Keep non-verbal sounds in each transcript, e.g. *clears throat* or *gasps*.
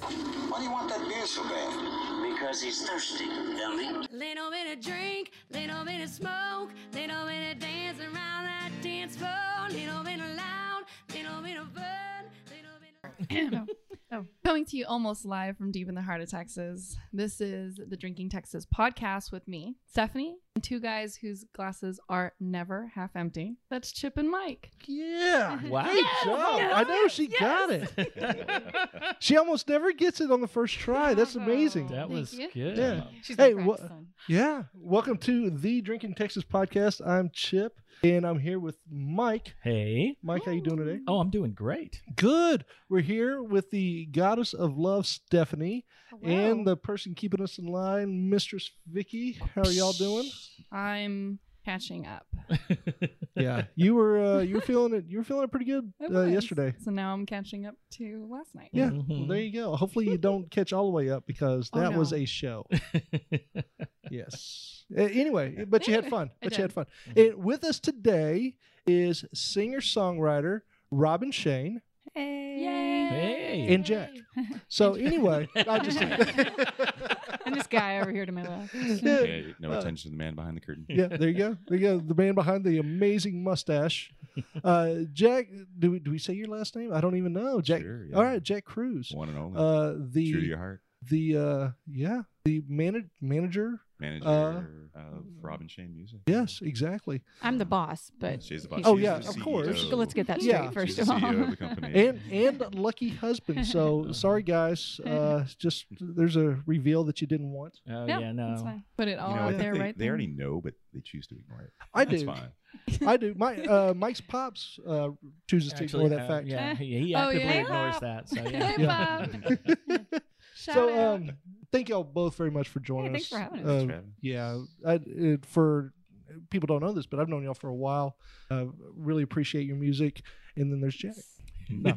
Why do you want that beer so bad? Because he's thirsty, dummy. Little bit of drink, little bit of smoke, little bit of dance around that dance floor, little bit of loud, little bit of fun, little bit of. Coming to you almost live from deep in the heart of Texas. This is the Drinking Texas podcast with me, Stephanie, and two guys whose glasses are never half empty. That's Chip and Mike. Mm-hmm. *laughs* Yeah. Wow. Ah, Good job. I know she got it. *laughs* She almost never gets it on the first try. That's Uh-huh. amazing. That Thank was you. good. Yeah. She's Hey, hey, wha- what? Yeah. Welcome to the Drinking Texas podcast. I'm Chip and I'm here with Mike. Hey. Mike, how you doing today? Oh, I'm doing great. *laughs* Good. We're here with the goddess of love, Stephanie, and the person keeping us in line, Mistress Vicky. How are y'all doing? *laughs* I'm catching up. yeah. You were uh, you were feeling it you were feeling it pretty good I uh, was. yesterday. So now I'm catching up to last night. Yeah. Well, Mhm. there you go. Hopefully you *laughs* don't catch all the way up because Oh, that was no. a show. Yes. Uh, Anyway, but you had fun. *laughs* I But you had did. fun. Mm-hmm. And with us today is singer songwriter Robin Shane Hey. and Jack. *laughs* So anyway, I *laughs* just *laughs* And this guy over here to my left. yeah, Pay no Uh, attention to the man behind the *laughs* curtain. there you go. There you go. The man behind the amazing mustache, uh, Jack. Do we do we say your last name? I don't even know. Jack. Sure, yeah. All right, Jack Cruz. One and only. Uh, True to the your heart. the uh, yeah the manag manager. Manager uh, of Robin Shane Music. Yes, exactly. I'm the boss, but She's the boss. Oh, She's yeah, the of CEO. course. So let's get that straight Yeah. first She's of the all. CEO of *laughs* the company. and and lucky husband. So sorry, guys. Uh, just there's a reveal that you didn't want. Oh, No, yeah, That's no. fine. Put it all you know, I out think there, they, right they there. already know, but they choose to ignore it. I That's do. Uh, fine. I do. My uh, Mike's pops uh, chooses to ignore that uh, *laughs* fact. Yeah, he, he Oh, actively yeah. ignores that. So yeah. Hey, Yeah. Bob. Shout *laughs* so out. um, thank y'all both very much for joining thanks us. for having us. Thanks for having us. uh, Yeah, I, it, for people don't know this, but I've known y'all for a while. Uh, really appreciate your music. And then *laughs* there's Jack. *laughs* No.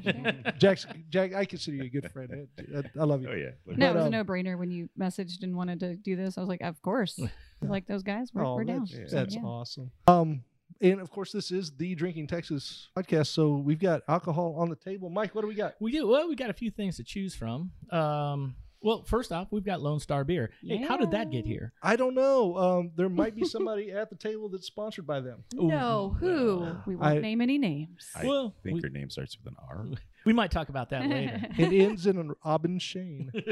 Jack's Jack. I consider you a good friend. I, I love you. Oh yeah. Look, No, it But, was um, a no-brainer when you messaged and wanted to do this. I was like, of course. like those guys, we're, Oh, we're down. that's, So, that's yeah. awesome. Um, and of course, this is the Drinking Texas podcast, so we've got alcohol on the table. Mike, what do we got? We do. Well, we got a few things to choose from. Um, well, first off, we've got Lone Star Beer. Hey, how did that get here? I don't know. Um, there might be somebody at the table that's sponsored by them. No, who? We won't I- name any names. *laughs* I Well, think we, your name starts with an R. we might talk about that *laughs* *laughs* later. It ends in an Robin Shane. *laughs*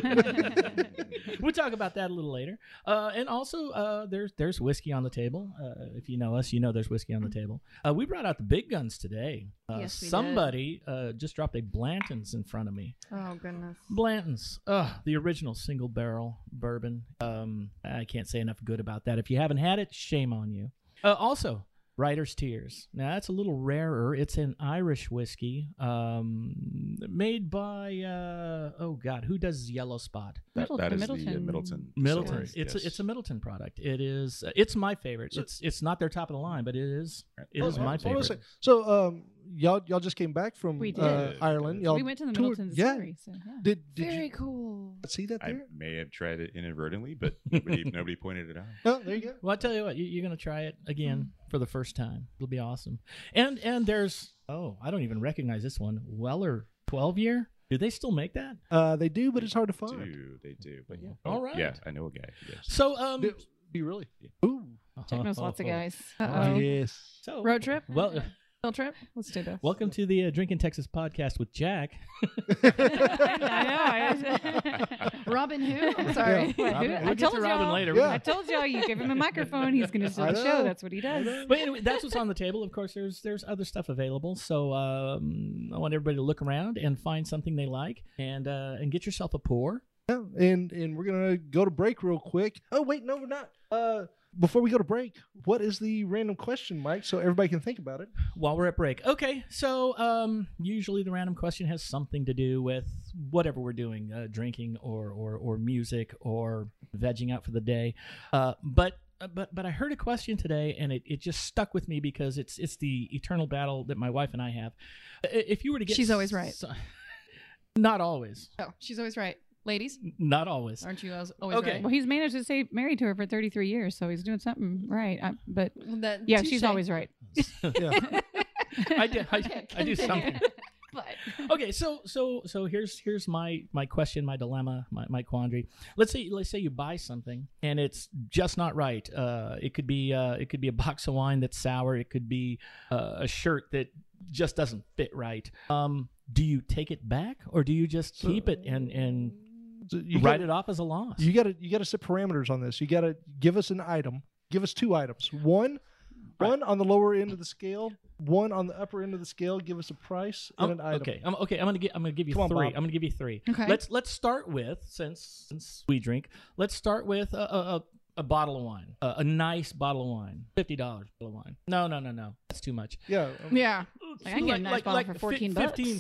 we'll talk about that a little later. Uh, and also, uh, there's there's whiskey on the table. Uh, if you know us, you know there's whiskey on the table. Uh, we brought out the big guns today. Uh, Yes, we did. somebody uh, just dropped a Blanton's in front of me. oh, goodness. Blanton's, uh, the original single barrel bourbon. Um, I can't say enough good about that. If you haven't had it, shame on you. Uh, also, Writer's Tears. Now that's a little rarer. It's an Irish whiskey, um, made by uh, oh god, who does Yellow Spot? That, Middle- that the is the uh, Middleton- Middleton. Middleton. Distillery, It's yes. a, it's a Middleton product. It is. Uh, it's my favorite. It's it's not their top of the line, but it is. It Oh, is oh, my hold on a favorite. sec. So, um, y'all y'all just came back from We did. Uh, Ireland. Y'all we went to the toured- Middleton Yeah. Distillery, so yeah. Did did Very you cool. see that I there? may have tried it inadvertently, but *laughs* nobody, nobody pointed it out. Oh, there you go. Well, I tell you what, you, you're gonna try it again for the first time. It'll be awesome. And and there's oh, I don't even recognize this one. Weller 12 year. Do they still make that? Uh, they do, but it's hard to find. Do they do? But yeah. All Oh, right. Yeah, I know a guy. Yes. So um, Uh-huh. Do you really? Ooh. *laughs* Jack knows lots of Oh. guys. Uh-oh. Yes. So Road trip? Well, Field trip? Let's do this. *laughs* welcome *laughs* to the uh, Drinking Texas podcast with Jack. *laughs* I *laughs* know. Robin who? I'm sorry. Robin, I we'll get told to Robin y'all. later. Yeah. I told y'all you give him a microphone, he's going to I start the show. know. That's what he does. but anyway, that's what's on the table. Of course, there's there's other stuff available. So um, I want everybody to look around and find something they like, and uh, and get yourself a pour. Yeah, and and we're gonna go to break real quick. Oh wait, no, we're not. Uh, before we go to break, what is the random question, Mike? So everybody can think about it. while we're at break. Okay, so um, usually the random question has something to do with whatever we're doing, uh, drinking or, or or music or vegging out for the day. Uh, but but but I heard a question today, and it, it just stuck with me because it's it's the eternal battle that my wife and I have. I- If you were to get, She's always right. s- *laughs* not always. Oh, she's always right. Ladies, Not always. aren't you always, always Okay. right? Well, he's managed to stay married to her for 33 years, so he's doing something right. I, but Well, that yeah, touche. she's always right. *laughs* Yeah. I do I, Okay, I do continue. *laughs* something. but okay so so so here's here's my my question my dilemma my, my quandary let's say let's say you buy something and it's just not right uh it could be uh it could be a box of wine that's sour it could be uh, a shirt that just doesn't fit right um do you take it back or do you just So- keep it and and So you write gotta- it off as a loss You got to you got to set parameters on this. You got to give us an item. Give us two items. One, Right. one on the lower end of the scale. One on the upper end of the scale. Give us a price and Um, an item. Okay, I'm, okay. I'm gonna get. I'm gonna give you Come on, three. Bob. I'm gonna give you three. Okay. Let's let's start with since since we drink. Let's start with a a, a, a bottle of wine, a, a nice bottle of wine, fifty dollars bottle of wine. No, no, no, no. That's too much. Yeah. um, Yeah. I can get a nice bottle for 14 fif- bucks. 15,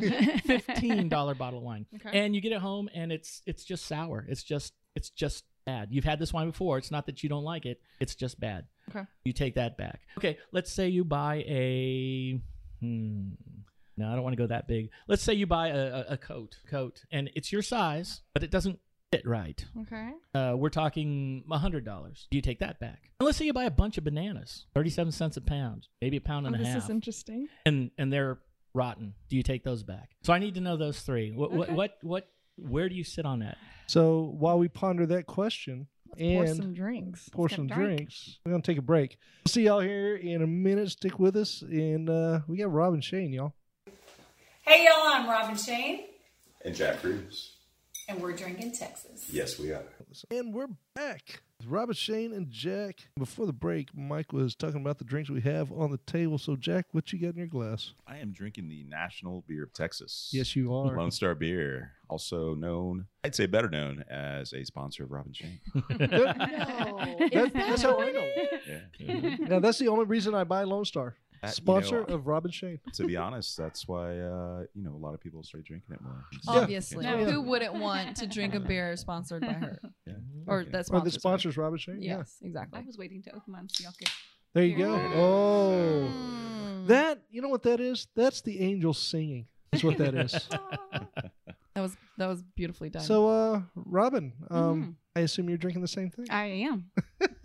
15, *laughs* 15 dollar bottle of wine, Okay. and you get it home, and it's it's just sour. It's just it's just bad. You've had this wine before. It's not that you don't like it. It's just bad. Okay. You take that back. Okay. Let's say you buy a. Hmm, no, I don't want to go that big. Let's say you buy a, a, a coat, coat, and it's your size, but it doesn't fit right. Okay. Uh, we're talking hundred dollars. Do you take that back? And let's say you buy a bunch of bananas, thirty-seven cents a pound, maybe a pound and Oh, a this half is interesting. and and they're rotten. Do you take those back? So I need to know those three. What what Okay. what, what where do you sit on that? *laughs* So while we ponder that question Pour and some drinks. pour Let's get some a drink. drinks, we're gonna take a break. See y'all here in a minute. Stick with us, and uh, we got Rob and Shane, y'all. Hey y'all, I'm Robin Shane, And Jack Cruz. and we're drinking Texas. Yes, we are. And we're back. It's Robert Shane and Jack. Before the break, Mike was talking about the drinks we have on the table. So, Jack, what you got in your glass? I am drinking the National Beer of Texas. Yes, you are. Lone Star Beer, also known, I'd say better known as a sponsor of *laughs* Robin Shane. That- *laughs* that's how I know. Yeah. *laughs* Now, that's the only reason I buy Lone Star. Uh, you Sponsor know, of Robin Shane. to be honest, that's why uh, you know a lot of people start drinking it more. Obviously. Yeah. Who wouldn't want to drink *laughs* a beer sponsored by *laughs* her? Yeah. Or Okay. that Well, the sponsors. her? sponsor's Robin Shane. Yeah. Yes, exactly. I was waiting to open mine so y'all could. There you go. Yeah. Oh. Mm. That, you know what that is? That's the angels singing. That's what that is. *laughs* That was that was beautifully done. so, uh, Robin, um, I assume you're drinking the same thing? Mm-hmm. I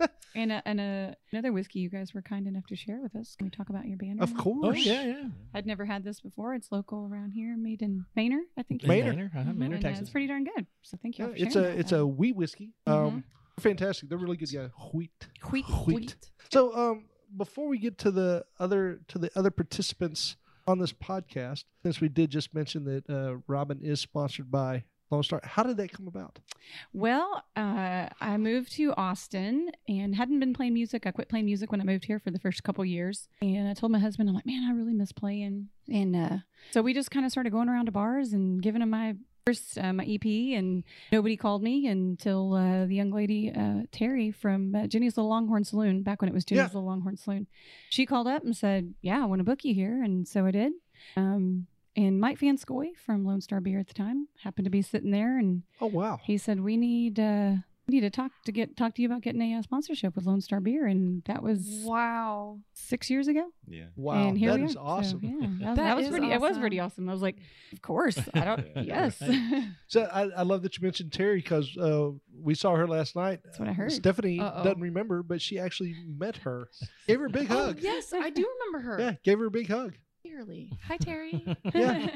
*laughs* am. and a, and a, another whiskey you guys were kind enough to share with us. Can we talk about your banner? of now? course. Oh yeah, yeah. I'd never had this before. It's local around here, made in Manor, I think. you Manor. said. uh-huh, Mhm. Manor, And, uh, Texas. It's pretty darn good. So thank you. Yeah, for it's sharing a about it's that. a wheat whiskey. Mm-hmm. Um, fantastic. They're really good. Yeah, wheat. Wheat. Wheat. So, um, before we get to the other to the other participants on this podcast, since we did just mention that uh, Robin is sponsored by Lone Star, how did that come about? Well, uh, I moved to Austin and hadn't been playing music. I quit playing music when I moved here for the first couple years. And I told my husband, I'm like, man, I really miss playing. And uh, so we just kind of started going around to bars and giving them my first uh, my EP. And nobody called me until uh, the young lady uh, Terry from uh, Jenny's Little Longhorn Saloon, back when it was Jenny's Yeah. Little Longhorn Saloon, she called up and said, yeah, I want to book you here. And so I did. Um, and Mike Vanscoy from Lone Star Beer at the time happened to be sitting there and Oh wow! he said we need uh we need to talk to get talk to you about getting a uh, sponsorship with Lone Star Beer, and that was Wow. six years ago. Yeah. Wow, and here that we is are. So, awesome. So, yeah, that, *laughs* That was- that was is pretty. It was awesome. pretty awesome. I was like, of course. I don't. yes, *laughs* that's I, I love that you mentioned Terry because uh, we saw her last night. what I heard. *laughs* Stephanie Uh-oh. doesn't remember, but she actually met her. Gave her *laughs* a big Oh hug. yes, I do remember her. Yeah, gave her a big hug. Dearly. Hi *laughs* Terry. *laughs* Yeah.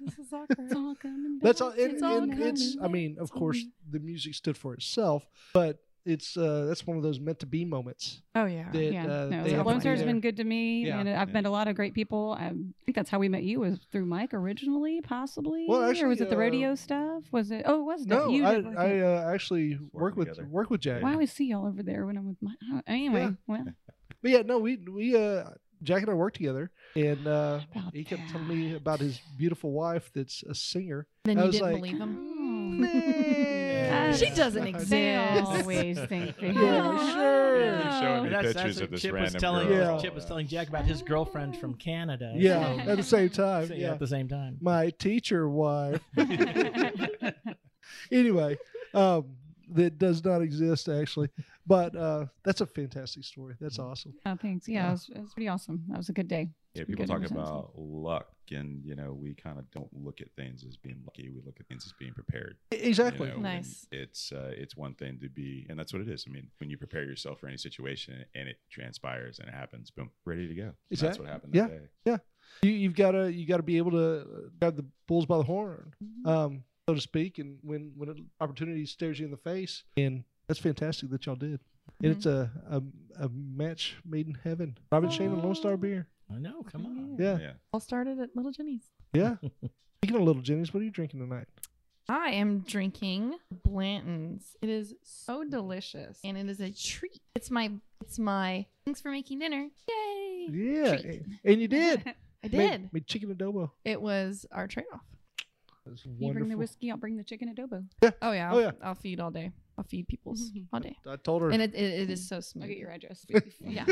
this is awkward. It's all coming That's all. back. And, It's all and it's. coming I mean, of course, the music stood for itself, but it's. Uh, that's one of those meant to be moments. Oh yeah. That, yeah, uh, no, they have Lone to Star's be been there. good to me, Yeah. and I've Yeah. met a lot of great people. I think that's how we met you was through Mike originally, possibly. Well, or was actually, it the uh, rodeo stuff? Was it? Oh, it was No, you. I, did work I at- uh, actually work working with together. work with Jack. well, I always see y'all over there when I'm with my. oh, Anyway, Yeah. well, But yeah, no, we we uh, Jack and I worked together, and uh, about he kept that. telling me about his beautiful wife that's a singer. Then I you was didn't like, believe him. Nah. Oh. She doesn't They exist. always think they Yeah, do. sure. You're showing me That's- that's pictures what of this Chip was random telling girl. Chip was telling Jack about his girlfriend from Canada. Yeah, So- at the same time. so, yeah, yeah. at the same time. My teacher wife. *laughs* anyway, um, that does not exist actually, but uh, that's a fantastic story. That's Mm-hmm. awesome. *laughs* Oh, thanks. Yeah, It, was, it was pretty awesome. That was a good day. Yeah, Good people talk news, that's about luck, and you know, we kind of don't look at things as being lucky. We look at things as being prepared. E- you Exactly. know, and Nice. It's uh, it's one thing to be, and that's what it is. I mean, when you prepare yourself for any situation and it transpires and it happens, boom, ready to go. That's Exact- what happened that day. you, you've got to you got to be able to uh, grab the bulls by the horn, Mm-hmm. um, so to speak, and when when an opportunity stares you in the face, and that's fantastic that y'all did. And it's a, Mm-hmm. a a match made in heaven. Robin Shane and Lone Star Beer. I know. Come on. Yeah, Yeah. All started at Little Jenny's. *laughs* yeah. Speaking of Little Jenny's, what are you drinking tonight? I am drinking Blanton's. It is so delicious and it is a treat. It's my it's my thanks for making dinner. Yay! Yeah, Treat. and *laughs* you did. *laughs* I Made- did. Made, chicken adobo. It was our trade *laughs* off. That's You bring the wonderful. whiskey, I'll bring the chicken adobo. Oh yeah, Oh, I'll, yeah. I'll feed all day. I'll feed *laughs* peoples all day. I told her. And it, it, it is so I'll smooth. get your address. Yeah.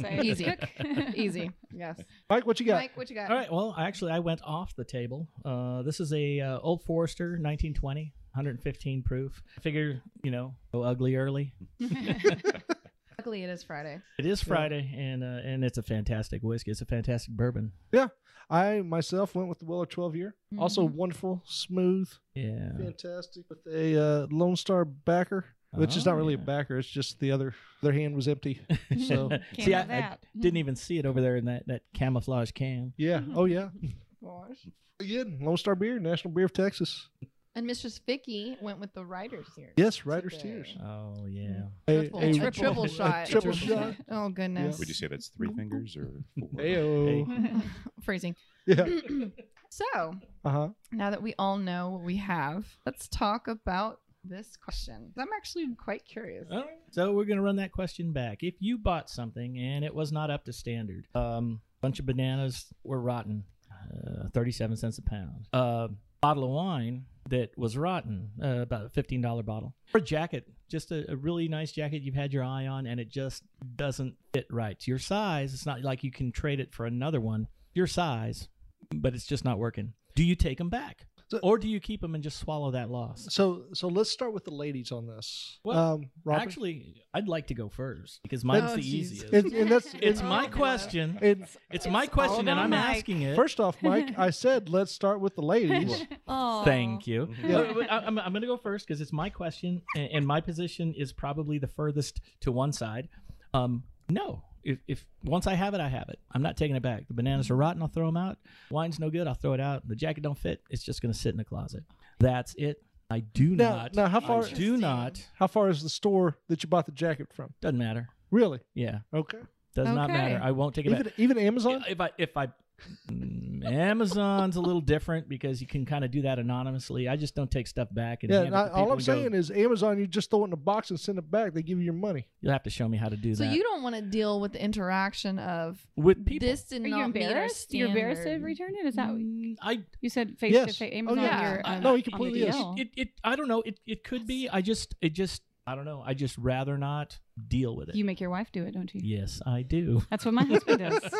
Say, Easy. *laughs* cook. *laughs* *laughs* Easy. Yes. Mike, what you got? Mike, what you got? All right. Well, actually, I went off the table. Uh, this is a uh, Old Forester 1920, 115 proof. Figure, you know, go ugly early. *laughs* Luckily it is Friday. It is Friday, and uh, and it's a fantastic whiskey. It's a fantastic bourbon. I myself went with the Weller 12 year. Also wonderful, smooth, Mm-hmm. Yeah. fantastic with a uh, Lone Star backer, which is Oh, not really yeah. a backer. It's just the other their hand was *laughs* empty. *laughs* So Can't see, do I, I that. didn't *laughs* e- even see it over there in that, that camouflage can. yeah, oh yeah. Gosh. Again, Lone Star beer, National Beer of Texas. And Mistress Vicky went with the writers here. Yes, Riders Today. Tears. Oh yeah. Triple, A- a, a- triple, a shot. *laughs* triple *laughs* shot. Oh goodness. *laughs* Would you say that's three fingers or four? Ayo. Phrasing. Yeah. *clears throat* so Uh huh. now that we all know what we have, let's talk about this question. I'm actually quite curious. All right. So we're gonna run that question back. If you bought something and it was not up to standard, um, bunch of bananas were rotten, uh, thirty-seven cents a pound. Uh, bottle of wine that was rotten, uh, about a fifteen dollar bottle. Or a jacket, just a, a really nice jacket you've had your eye on, and it just doesn't fit right to your size. It's not like you can trade it for another one your size, but it's just not working. Do you take them back, So- or do you keep them and just swallow that loss? So so let's start with the ladies on this. Well, um, Robin? Actually, I'd like to go first because mine's Oh, the jeez. easiest. and, and that's *laughs* It's and- *laughs* my question. and *laughs* It's my question, and about I'm Mike. asking it. first off, Mike, I said let's start with the ladies. Oh, thank you. Yeah. Wait, wait, I- I'm, I'm going to go first because it's my question, and, and my position is probably the furthest to one side. Um, no, if, if once I have it, I have it. I'm not taking it back. The bananas are rotten. I'll throw them out. Wine's no good. I'll throw it out. The jacket don't fit. It's just going to sit in the closet. That's it. I do Now- not. now how I far- do not. How far is the store that you bought the jacket from? Doesn't matter. Really? Yeah, Okay. does not Okay. matter. I won't take it back. Even even Amazon. if I if I Mm, Amazon's a little different because you can kind of do that anonymously. I just don't take stuff back. And Yeah, hand it and I, to all people I'm and go, saying is Amazon, you just throw it in a box and send it back. They give you your money. you'll have to show me how to do So that you don't want to deal with the interaction of with people. this did Are you not embarrassed? Meet our You're embarrassed to standard. return it? Is that what Mm, I you said? Face to Yes. face. Oh, Amazon, yeah. you're, uh, No, he on the completely is. DL. it, it I don't know. It it could be. I just it just I don't know. I just rather not deal with it. You make your wife do it, don't you? yes, *laughs* I do. That's what my husband does.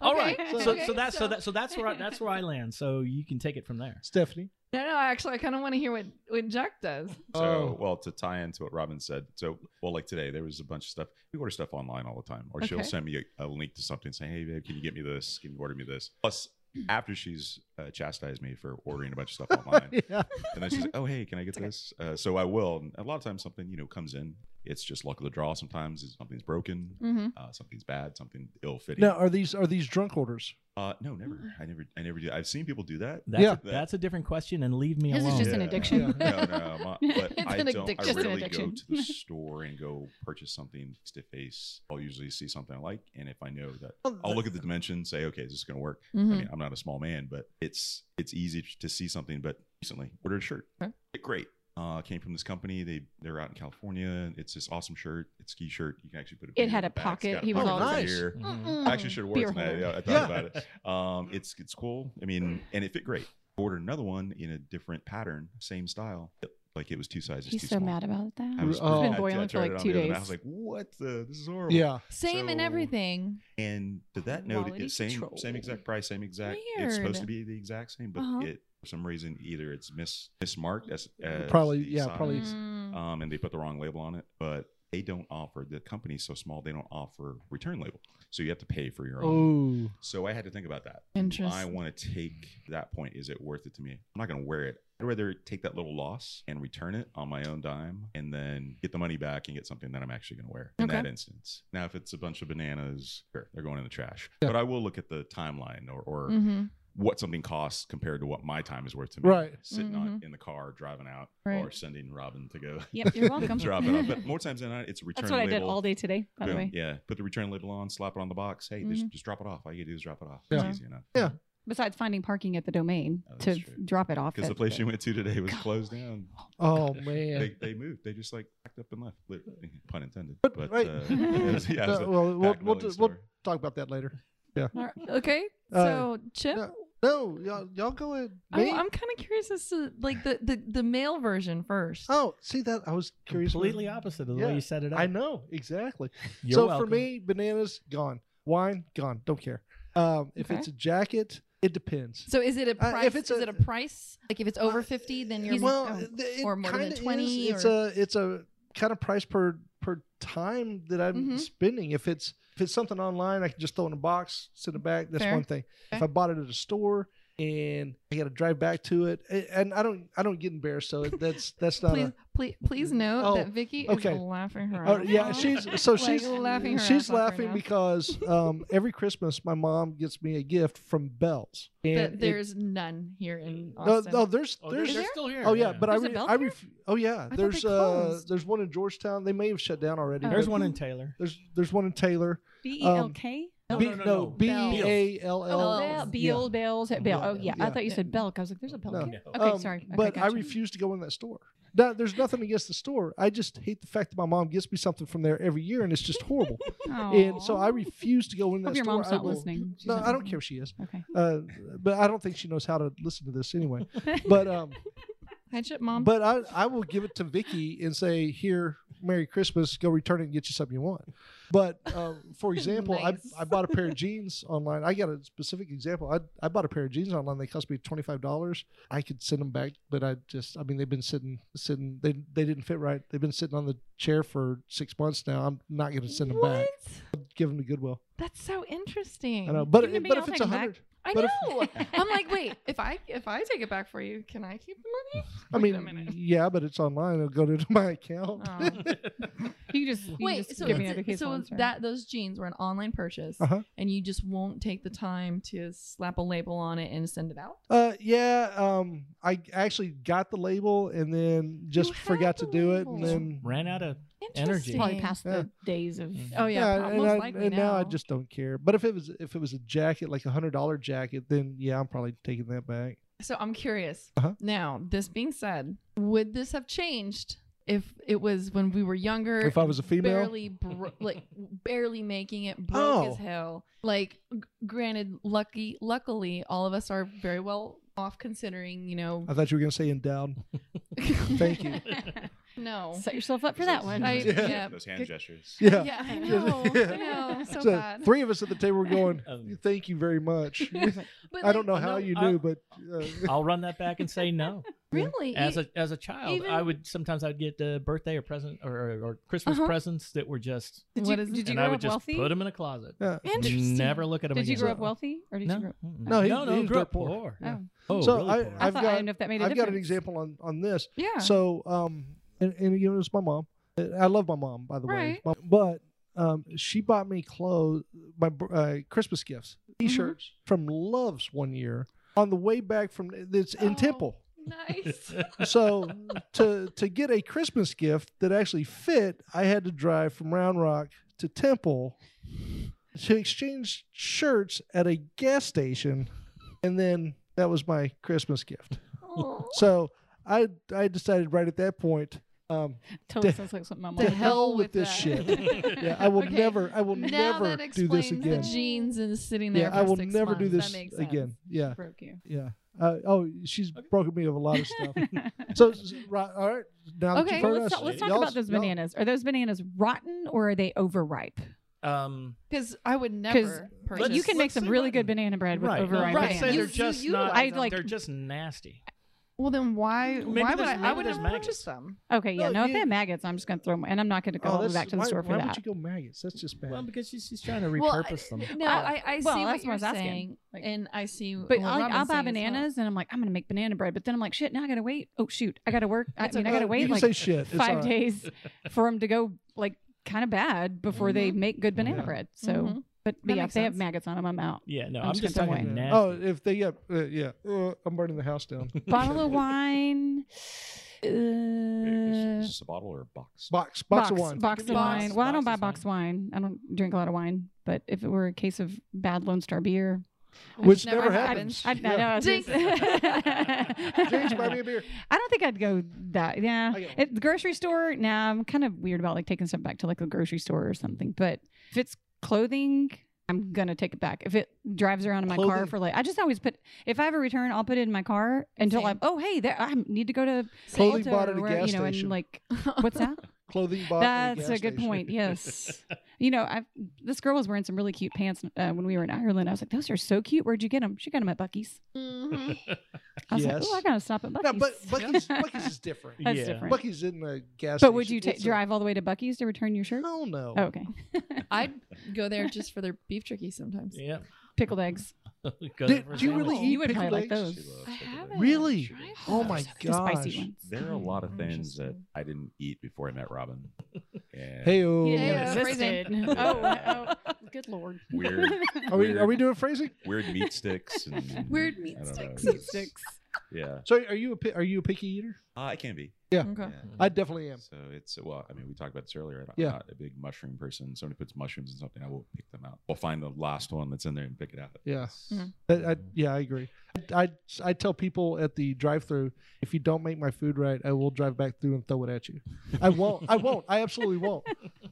All right. Okay, So okay, so that's so, so- that so that's where I, *laughs* that's where I land. So you can take it from there. Stephanie. No, no. Actually, I kind of want to hear what what Jack does. Oh. So, well, to tie into what Robin said, so, well, like today, there was a bunch of stuff. We order stuff online all the time, or she'll Okay. send me a, a link to something saying, hey, babe, can you get me this? Can you order me this? Plus, after she's uh, chastised me for ordering a bunch of stuff online, *laughs* Yeah. and then she's like, oh, hey, can I get this? Uh, so I will. And a lot of times, something, you know, comes in. It's just luck of the draw sometimes. It's- Something's broken, Mm-hmm. uh, something's bad, something ill fitting. Now, are these are these drunk orders? Uh, no, never. Mm-hmm. I never, I never do. I've seen people do that. That's Yeah. a, that's a different question, and leave me His is alone. just an Yeah. addiction. no, no, *laughs* my- but It's I an don't. addic- just I an rarely go addiction. to *laughs* the store and go purchase something face to face. I'll usually see something I like, and if I know that, *laughs* I'll look at the dimensions, say, okay, is this going to work? Mm-hmm. I mean, I'm not a small man, but it's it's easy to see something. But recently, ordered a shirt. Okay. Great. Uh, came from this company. They they're out in California. It's this awesome shirt. It's ski shirt. You can actually put it. It in had the a back. pocket. It's got a He was pocket all "Mm, for Nice. here. Mm-hmm. Mm-mm. Mm-hmm. I actually should have worked Beer tonight. holder. Yeah, I thought Yeah. about it. *laughs* Um, it's it's cool. I mean, and it fit great. Ordered another one in a different pattern, same style. Like it was two sizes. too He's so small. mad about that. I was, Oh. It's been I- I boiling for tried it like on two the other night. days. I was like, "What the? This is horrible." Yeah. Same in So- everything. And to that note, Quality it's same control. same exact price, same exact. It's supposed to be the exact same, but Uh-huh. it for some reason either it's mis mismarked as, as Probably- the yeah, probably- size, Mm-hmm. Mm. um, and they put the wrong label on it. But they don't offer the company's so small they don't offer return label, so you have to pay for your own. Oh. So I had to think about that. Do I Interesting. want to take that point. Is it worth it to me? I'm not going to wear it. I I'd rather take that little loss and return it on my own dime and then get the money back and get something that I'm actually going to wear in Okay. that instance. Now, if it's a bunch of bananas, sure, they're going in the trash. But I will look at the timeline or, or Mm-hmm. what something costs compared to what my time is worth to me. Right. Sitting on, in the car, driving out, or Mm-hmm. Right. sending Robin to go *laughs* Yep, you're welcome. drop it off. But more times than not, it's a return That's what I label. did all day today, by the Boom. way. Mm-hmm. Yeah. Put the return label on, slap it on the box. Hey, just, just drop it off. All you do is drop it off. Yeah. It's easy enough. Yeah. Besides finding parking at the domain Oh, to that's true. drop it off. Because the at place you went to today was closed down. *laughs* Oh man. They, they moved. They just like packed up and left. Literally. Pun intended. But- But, right. *laughs* uh, it was- yeah, it was Uh, a well, we'll, packed we'll, mailing ju- we'll store. talk about that later. Okay, Uh, so Chip, no, No, y'all, y'all go ahead. Oh, I, Me? am kind of curious as to like the the the male version first. oh, see that? I was curious. about- Completely opposite of the Yeah, way you set it up. I know exactly. You're so welcome. for me, bananas gone, wine gone. Don't care. Um, if Okay. it's a jacket, it depends. So is it a Uh, if price? it's is a- it a price? Like if it's over Uh, fifty, then you're well, oh. th- it or more than kinda 20 Is, It's or- a it's a kind of price per per time that I'm Mhm. spending. If it's if it's something online, I can just throw it in a box, send it back. That's Fair. one thing. If Okay. I bought it at a store and I got to drive back to it, a- and I don't I don't get embarrassed, so that's that's not. please, a, please, please note Oh, that Vicky okay. is laughing her. Oh, ass yeah, off. she's *laughs* so Like, she's laughing her ass she's off right laughing now. because *laughs* um, every Christmas my mom gets me a gift from Bell's. And But *laughs* it- there's none here in no, Austin. no, there's Oh, they're, there's they're still here. Oh yeah, but There's I a re- Bell's I here? ref- oh yeah, they there's uh closed. there's one in Georgetown. They may have shut down already. there's but one in Taylor. There's there's one in Taylor. B E Um, L K? No, B- no, no, no. B Bell's. A L Oh, L. Um, Bell- B old bells at Bell. Yeah, Oh yeah, yeah. I thought you said Belk. I was like, there's a Belk. No. here? No. Okay, Um, sorry. Okay, but I gotcha. refuse to go in that store. No, there's nothing against the store. I just hate the fact that my mom gets me something from there every year, and it's just horrible. and so I Aw. refuse to go in that Hope your store. mom's I not will- listening. She's No, not I don't listening. care if she is. Okay. Uh, but I don't think she knows how to listen to *laughs* this anyway. But um, Hi, Chip, mom. But I, I will give it to Vicky and say, here, Merry Christmas. Go return it and get you something you want. But uh, *laughs* for example, Nice. I, I bought a pair *laughs* of jeans online. I got a specific example. I, I bought a pair of jeans online. They cost me twenty five dollars. I could send them back, but I just I mean they've been sitting sitting they they didn't fit right. They've been sitting on the chair for six months now. I'm not going to send them what? back. Give them to Goodwill. That's so interesting. I know, but Give me- but I'll if take it's a 'em back. hundred, I But if- know. *laughs* I'm like, wait, if I if I take it back for you, can I keep the money? I Wait a mean, *laughs* minute. yeah, but it's online. It'll go to *laughs* my account. Oh. You can just you can Wait, just so, give me it's- another case. so while I'm sorry. that those jeans were an online purchase, Uh-huh. and you just won't take the time to slap a label on it and send it out. Uh, yeah. Um, I actually got the label and then just had forgot to the do it, label. and then Ran out of. Energy. Interesting. probably past Yeah. the days of Mm. Oh yeah, prob- and, most I, likely and now. I just don't care. But if it was if it was a jacket, like a hundred dollar jacket, then yeah, I'm probably taking that back. So I'm curious. Uh-huh. Now, this being said, would this have changed if it was when we were younger? If I was a female, barely bro- like barely making it broke Oh. as hell like g- granted lucky luckily all of us are very well off considering you know I thought you were gonna say endowed. *laughs* Thank *laughs* you. *laughs* no Set yourself up for Those- that one. I- Yeah. yeah. *laughs* Those hand gestures. Yeah. *laughs* yeah i *laughs* know i know so, bad three of us at the table were *laughs* going. Um, Thank you very much. *laughs* *laughs* but I don't know like, how no, you I- knew, but uh, *laughs* I'll run that back and say no. *laughs* E really as you- a as a child, even- I would sometimes I'd get uh, birthday or present or, or, or Christmas Uh-huh. presents that were just, Did What you, is it? did you and grow I would up just wealthy? put them in a closet. yeah. Interesting. Never look at them. Did you again. grow up wealthy, or did No, you grow up? Mm-mm. No, he- no, no, he grew up grew up poor. Oh. Oh, So really I- poor. I I've thought I got- didn't know if that made a I've got an difference. example on on this. yeah *laughs* So, um, and, and you know, it's my mom. Uh, I love my mom, by the way. Right. My- But um, she bought me clothes, my br- uh, Christmas gifts, Mm-hmm. t-shirts from Love's one year on the way back from it's in Oh. Temple. nice So to to get a Christmas gift that actually fit, I had to drive from Round Rock to Temple to exchange shirts at a gas station, and then that was my Christmas gift. Oh. So I I decided right at that point. Um, Totally To- sounds like something my to mom. hell hell with, with this *laughs* that. shit. Yeah, I will *laughs* Okay, never, I will now never that do explains this again. the jeans and sitting there yeah, for I will six never do months. this that makes sense. again. Yeah, broke you. yeah. Uh, oh, she's broken me of a lot *laughs* of stuff. so, s- right, all right. Now that Okay, you've well, heard let's, us, talk, let's talk y'all- about those y'all- bananas. Are those bananas rotten or are they overripe? *laughs* Um, because I would never. But Purchase. you can make let's some say really rotten. good banana bread with right. overripe Let's Right. say bananas. You- they're just you not. utilize them. they're just nasty. Well, then why? Maybe why would there's- I? maybe I would there's have maggots. purchased them. Okay, yeah, No, no, if you- they have maggots, I'm just gonna throw them, and I'm not gonna go all the way Oh, that's- back to the why, store for why that. would you go maggots? That's just bad. Well, because she's, she's trying to Well, I- repurpose them. *laughs* No, I, I see well, that's what what I you're was asking. saying, Like- and I see. what But I, like, I'll Robin's buy saying as well. bananas, and I'm like, I'm gonna make banana bread, but then I'm like, shit, now I gotta wait. Oh shoot, I gotta work. I It's mean, I okay. gotta You wait you can like say shit. It's all five right. days for them to go like kind of bad before they make good banana Yeah. bread. So, Mhm. but, That but yeah, makes if they have sense. maggots on them, I'm out. Yeah, no, I'm I'm, just just gonna talking throw Yeah. nasty. Oh, if they, yeah, uh, yeah. Uh, I'm burning the house down. Bottle *laughs* of wine. Is Uh, this a bottle or a box? Box, box, of wine. Box of Box. wine. Well, I don't buy Box is box wine. I don't drink a lot of wine. But if it were a case of bad Lone Star beer, Which never never happens. happens. I'd, I know. I was Jinx. just- James, buy me *laughs* a beer. I don't think I'd go that. Yeah, I get at the grocery store. Nah, I'm kind of weird about like taking stuff back to like the grocery store or something. But if it's clothing, I'm gonna take it back. If it drives around in my car Clothing. for like, I just always put. If I have a return, I'll put it in my car until Same. I'm. Oh, hey, there. I need to go to Clothing Ulta bought or at a where- gas you know, station. and *laughs* like, *laughs* *laughs* what's that? Clothing bought. at That's a gas good station. point. *laughs* Yes. you know, I this girl was wearing some really cute pants uh, when we were in Ireland. I was like, those are so cute. Where'd you get them? She got them at Bucky's. Mhm. I was like, Yes. oh, I gotta stop at Bucky's. No, but Bucky's, *laughs* Bucky's is different. That's Yeah. different. Bucky's in the gas. but would station. you ta- It's a- drive all the way to Bucky's to return your shirt? Hell no. Oh, okay. I'd go there just for their beef jerky sometimes. *laughs* Yeah. Pickled eggs. Go Did- for do you sandwich. really Oh, eat you would pickled probably like eggs? those. She loves I pickled eggs. haven't Really? tried Oh those. my The spicy Gosh. ones. There are a lot of things that Interesting. I didn't eat before I *laughs* met Robin. And Hey, You Yeah, didn't yeah, know existed. phrasing. *laughs* oh, oh, good lord. *laughs* Weird. are we weird- are we doing phrasing? weird meat sticks? And, Weird meat I don't know, sticks. it's- Sticks. Yeah, So are you a pi- are you a picky eater? uh, I can be. Okay. Mm. Yeah. I definitely am. So it's well, I mean, we talked about this earlier. I'm Yeah. not a big mushroom person. Somebody puts mushrooms in something, I will pick them out. We'll find the last one that's in there and pick it out. Yeah. It's- Mhm. I, I, yeah, I agree. I, I I tell people at the drive-through if you don't make my food right, I will drive back through and throw it at you. I won't. I won't. I absolutely won't.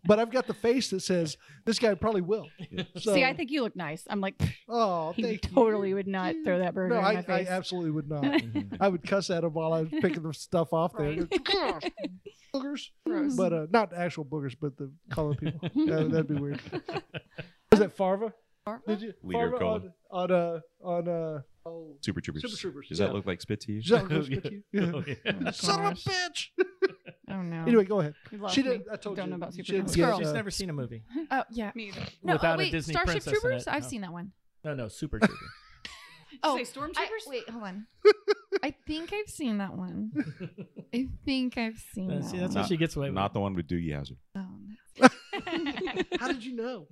But I've got the face that says this guy probably will. So, See, I think you look nice. I'm like, *laughs* oh, he thank you. totally would *laughs* not throw that burger No, in I, my I face. absolutely *laughs* would not. I would cuss at him while I was picking the stuff off there. *laughs* boogers, Gross. but uh, not actual boogers, but the color people. *laughs* Yeah, that'd be weird. Was that Farva? Oh, Farva? Did you Leader Farva Cohen. on on uh, on uh, oh, *laughs* Super Troopers. Super Troopers, Does yeah. that look like spit to you? Does that *laughs* look like you? Yeah. *laughs* Oh, yeah. Son of a bitch. Oh no. Anyway, go ahead. You lost she me. didn't. I told Don't you. know about Super she didn't Troopers. get, Squirrel. She's uh, never seen a movie. oh yeah. Me either. No, *laughs* Without oh, a wait, Disney Starship princess in Troopers. it, I've no. seen that one. No, no, *laughs* Super Trooper. Oh, say stormtroopers? I, wait, hold *laughs* on. I think I've seen that one. I think I've seen Uh, that. *laughs* See, that's one. how Not- she gets away with. *laughs* Not the one with *laughs* Doogie Howser. Oh, no. How did *laughs* you know?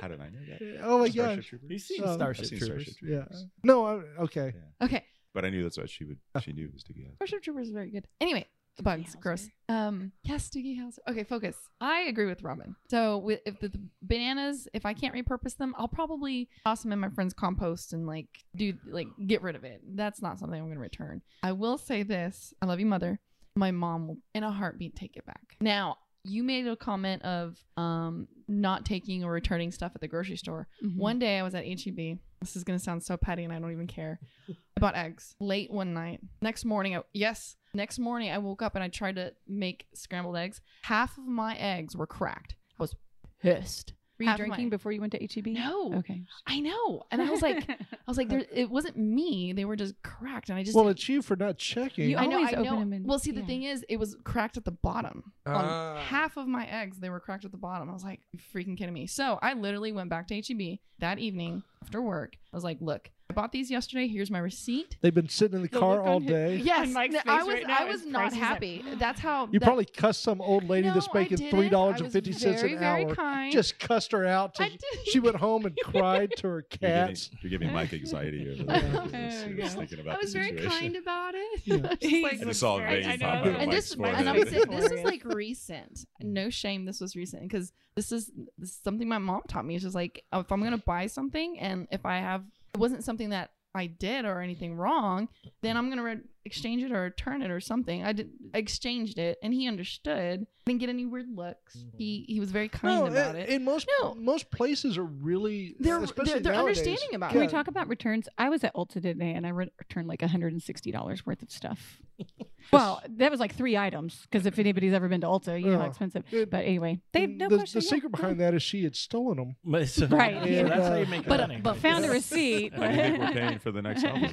How did I know that? Oh my Starship gosh. Troopers? You've seen Um, Starship I've seen Troopers. Starship Yeah. Troopers. No. I, okay. *laughs* Yeah. Okay, But I knew that's what *laughs* she would. She knew it was Doogie Howser. Starship Troopers is very good. Anyway, the bugs, Hauser. gross. Um, yes, Doogie Howser. Okay, focus. I agree with Robin. So with, if the, the bananas, if I can't repurpose them, I'll probably toss them in my friend's compost and like do like get rid of it. That's not something I'm going to return. I will say this: I love you, mother. My mom will, in a heartbeat, take it back. Now. You made a comment of um, not taking or returning stuff at the grocery store. Mhm. One day I was at HEB. This is going to sound so petty and I don't even care. I bought eggs late one night. Next morning, I, yes, next morning I woke up and I tried to make scrambled eggs. Half of my eggs were cracked. I was pissed. Were you half of drinking my- before you went to HEB? No, Okay. I know. And I was *laughs* like, I was like, there, it wasn't me. They were just cracked. And I just, Well, it's you for not checking. You I know, always I open know. them and- well, see, the yeah. thing is, it was cracked at the bottom. On Ah. half of my eggs, they were cracked at the bottom. I was like, "You freaking kidding me. So I literally went back to HEB that evening after work. I was like, look, I bought these yesterday. Here's my *laughs* receipt. They've been sitting in the The car look all on his- day. Yes, Mike's no, face I was, right now I is was not prices at- happy. That's how You that- probably cussed some old lady No, that's I making didn't. three I dollars and was fifty cents very, an very hour. Kind. Just cussed her out. I Till didn't. she went *laughs* home and cried to her You're giving, cats. you're giving *laughs* Mike anxiety. Over Oh, there. Just- yeah. just thinking about I was the very situation. kind about it. *laughs* Yeah. I was just like- I just saw a I- vein I know. pop out of and Mike's this, forehead. and I'm *laughs* saying this is Hilarious. like recent. No shame, this was recent because this is, this is something my mom taught me. It's just like if I'm gonna buy something, and if I have, it wasn't something that I did or anything wrong, then I'm gonna re- exchange it or return it or something. I did I exchanged it, and he understood. I didn't get any weird looks. He he was very kind No, about a- it. and most No. most places are really They're- especially they're- they're nowadays. understanding about Can Uh, it. we talk about returns? I was at Ulta today and I re- returned like $160 worth of stuff. well, that was like three items because if anybody's ever been to Ulta, you know how Yeah. expensive. It- But anyway, they have And no Mm, the, question. the yeah. secret behind that is she had stolen them. But so- Right, so yeah. *laughs* that's how you make But- money. but right *laughs* Found a there. receipt. *laughs* How do you think we're paying for the next album?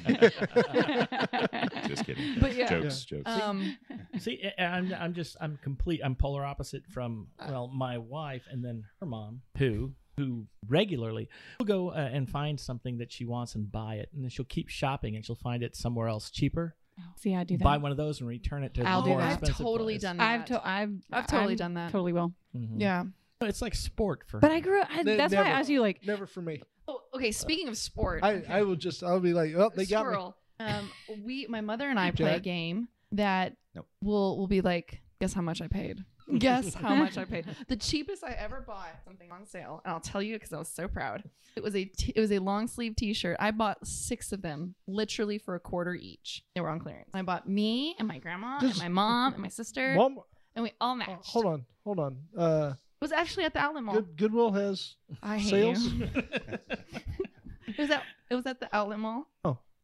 Just Just kidding. But yeah. jokes, jokes. Um, *laughs* See, a- and I'm, I'm just, I'm complete, I'm polar opposite from, Uh. well, my wife and then her mom, who, who regularly will go uh, and find something that she wants and buy it. And then she'll keep shopping and she'll find it somewhere else cheaper. See, I do that. Buy one of those and return it to I'll the do more that. I've I've expensive totally place. done that. I've, to- I've I've totally I'm- done that. Totally will. Mhm. yeah. It's like sport for But her. I grew. I, Ne- that's why I never. asked you. Like, Never for me. Oh, okay. Speaking of sport, I, I will just I'll be like, oh, they got me. squirrel. Um, we, my mother and I play a Jack? game that Nope. will will be like, guess how much I paid. Guess *laughs* how much I paid. The cheapest I ever bought something on sale, and I'll tell you because I was so proud. It was a t- it was a long sleeve T shirt. I bought six of them, literally for a quarter each. They were on clearance. I bought me and my grandma and Just- my mom and my sister, Walmart. and we all oh, matched. hold on, hold on. Uh, It was actually at the Outlet Mall. Good, Goodwill has I hate sales. you. It was at it was at the Outlet Mall.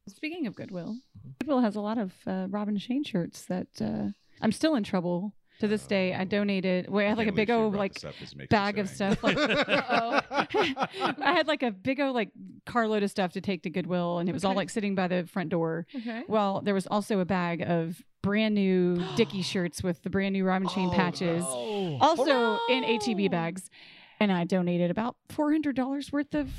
speaking of Goodwill, Mm-hmm. Goodwill has a lot of uh, Robin Shane shirts that uh, I'm still in trouble to this day. Oh. I donated. Where I had like a big old like bag of stuff. *laughs* Like, *laughs* I had like a big old like carload of stuff to take to Goodwill, and it was all Okay. like sitting by the front door. Okay. Well, there was also a bag of brand *gasps* new Dickie shirts with the brand new *laughs* Robin Shane patches, Oh. also Oh, in HEB no. bags, and I donated about four hundred dollars worth of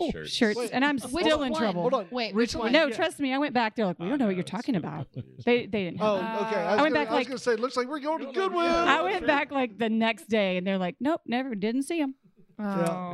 oh, shirts. shirts, Wait, and I'm Which still in one? trouble. Hold on. Wait, Which which one? one? No, Yeah. trust me, I went back. They're like, *laughs* we don't know what you're talking *laughs* about. They they didn't. Oh, Have okay. it. I, was I went gonna- back I was like- gonna say, looks like we're going to Goodwill. I went back like the next day, and they're like, nope, never didn't see them. Oh.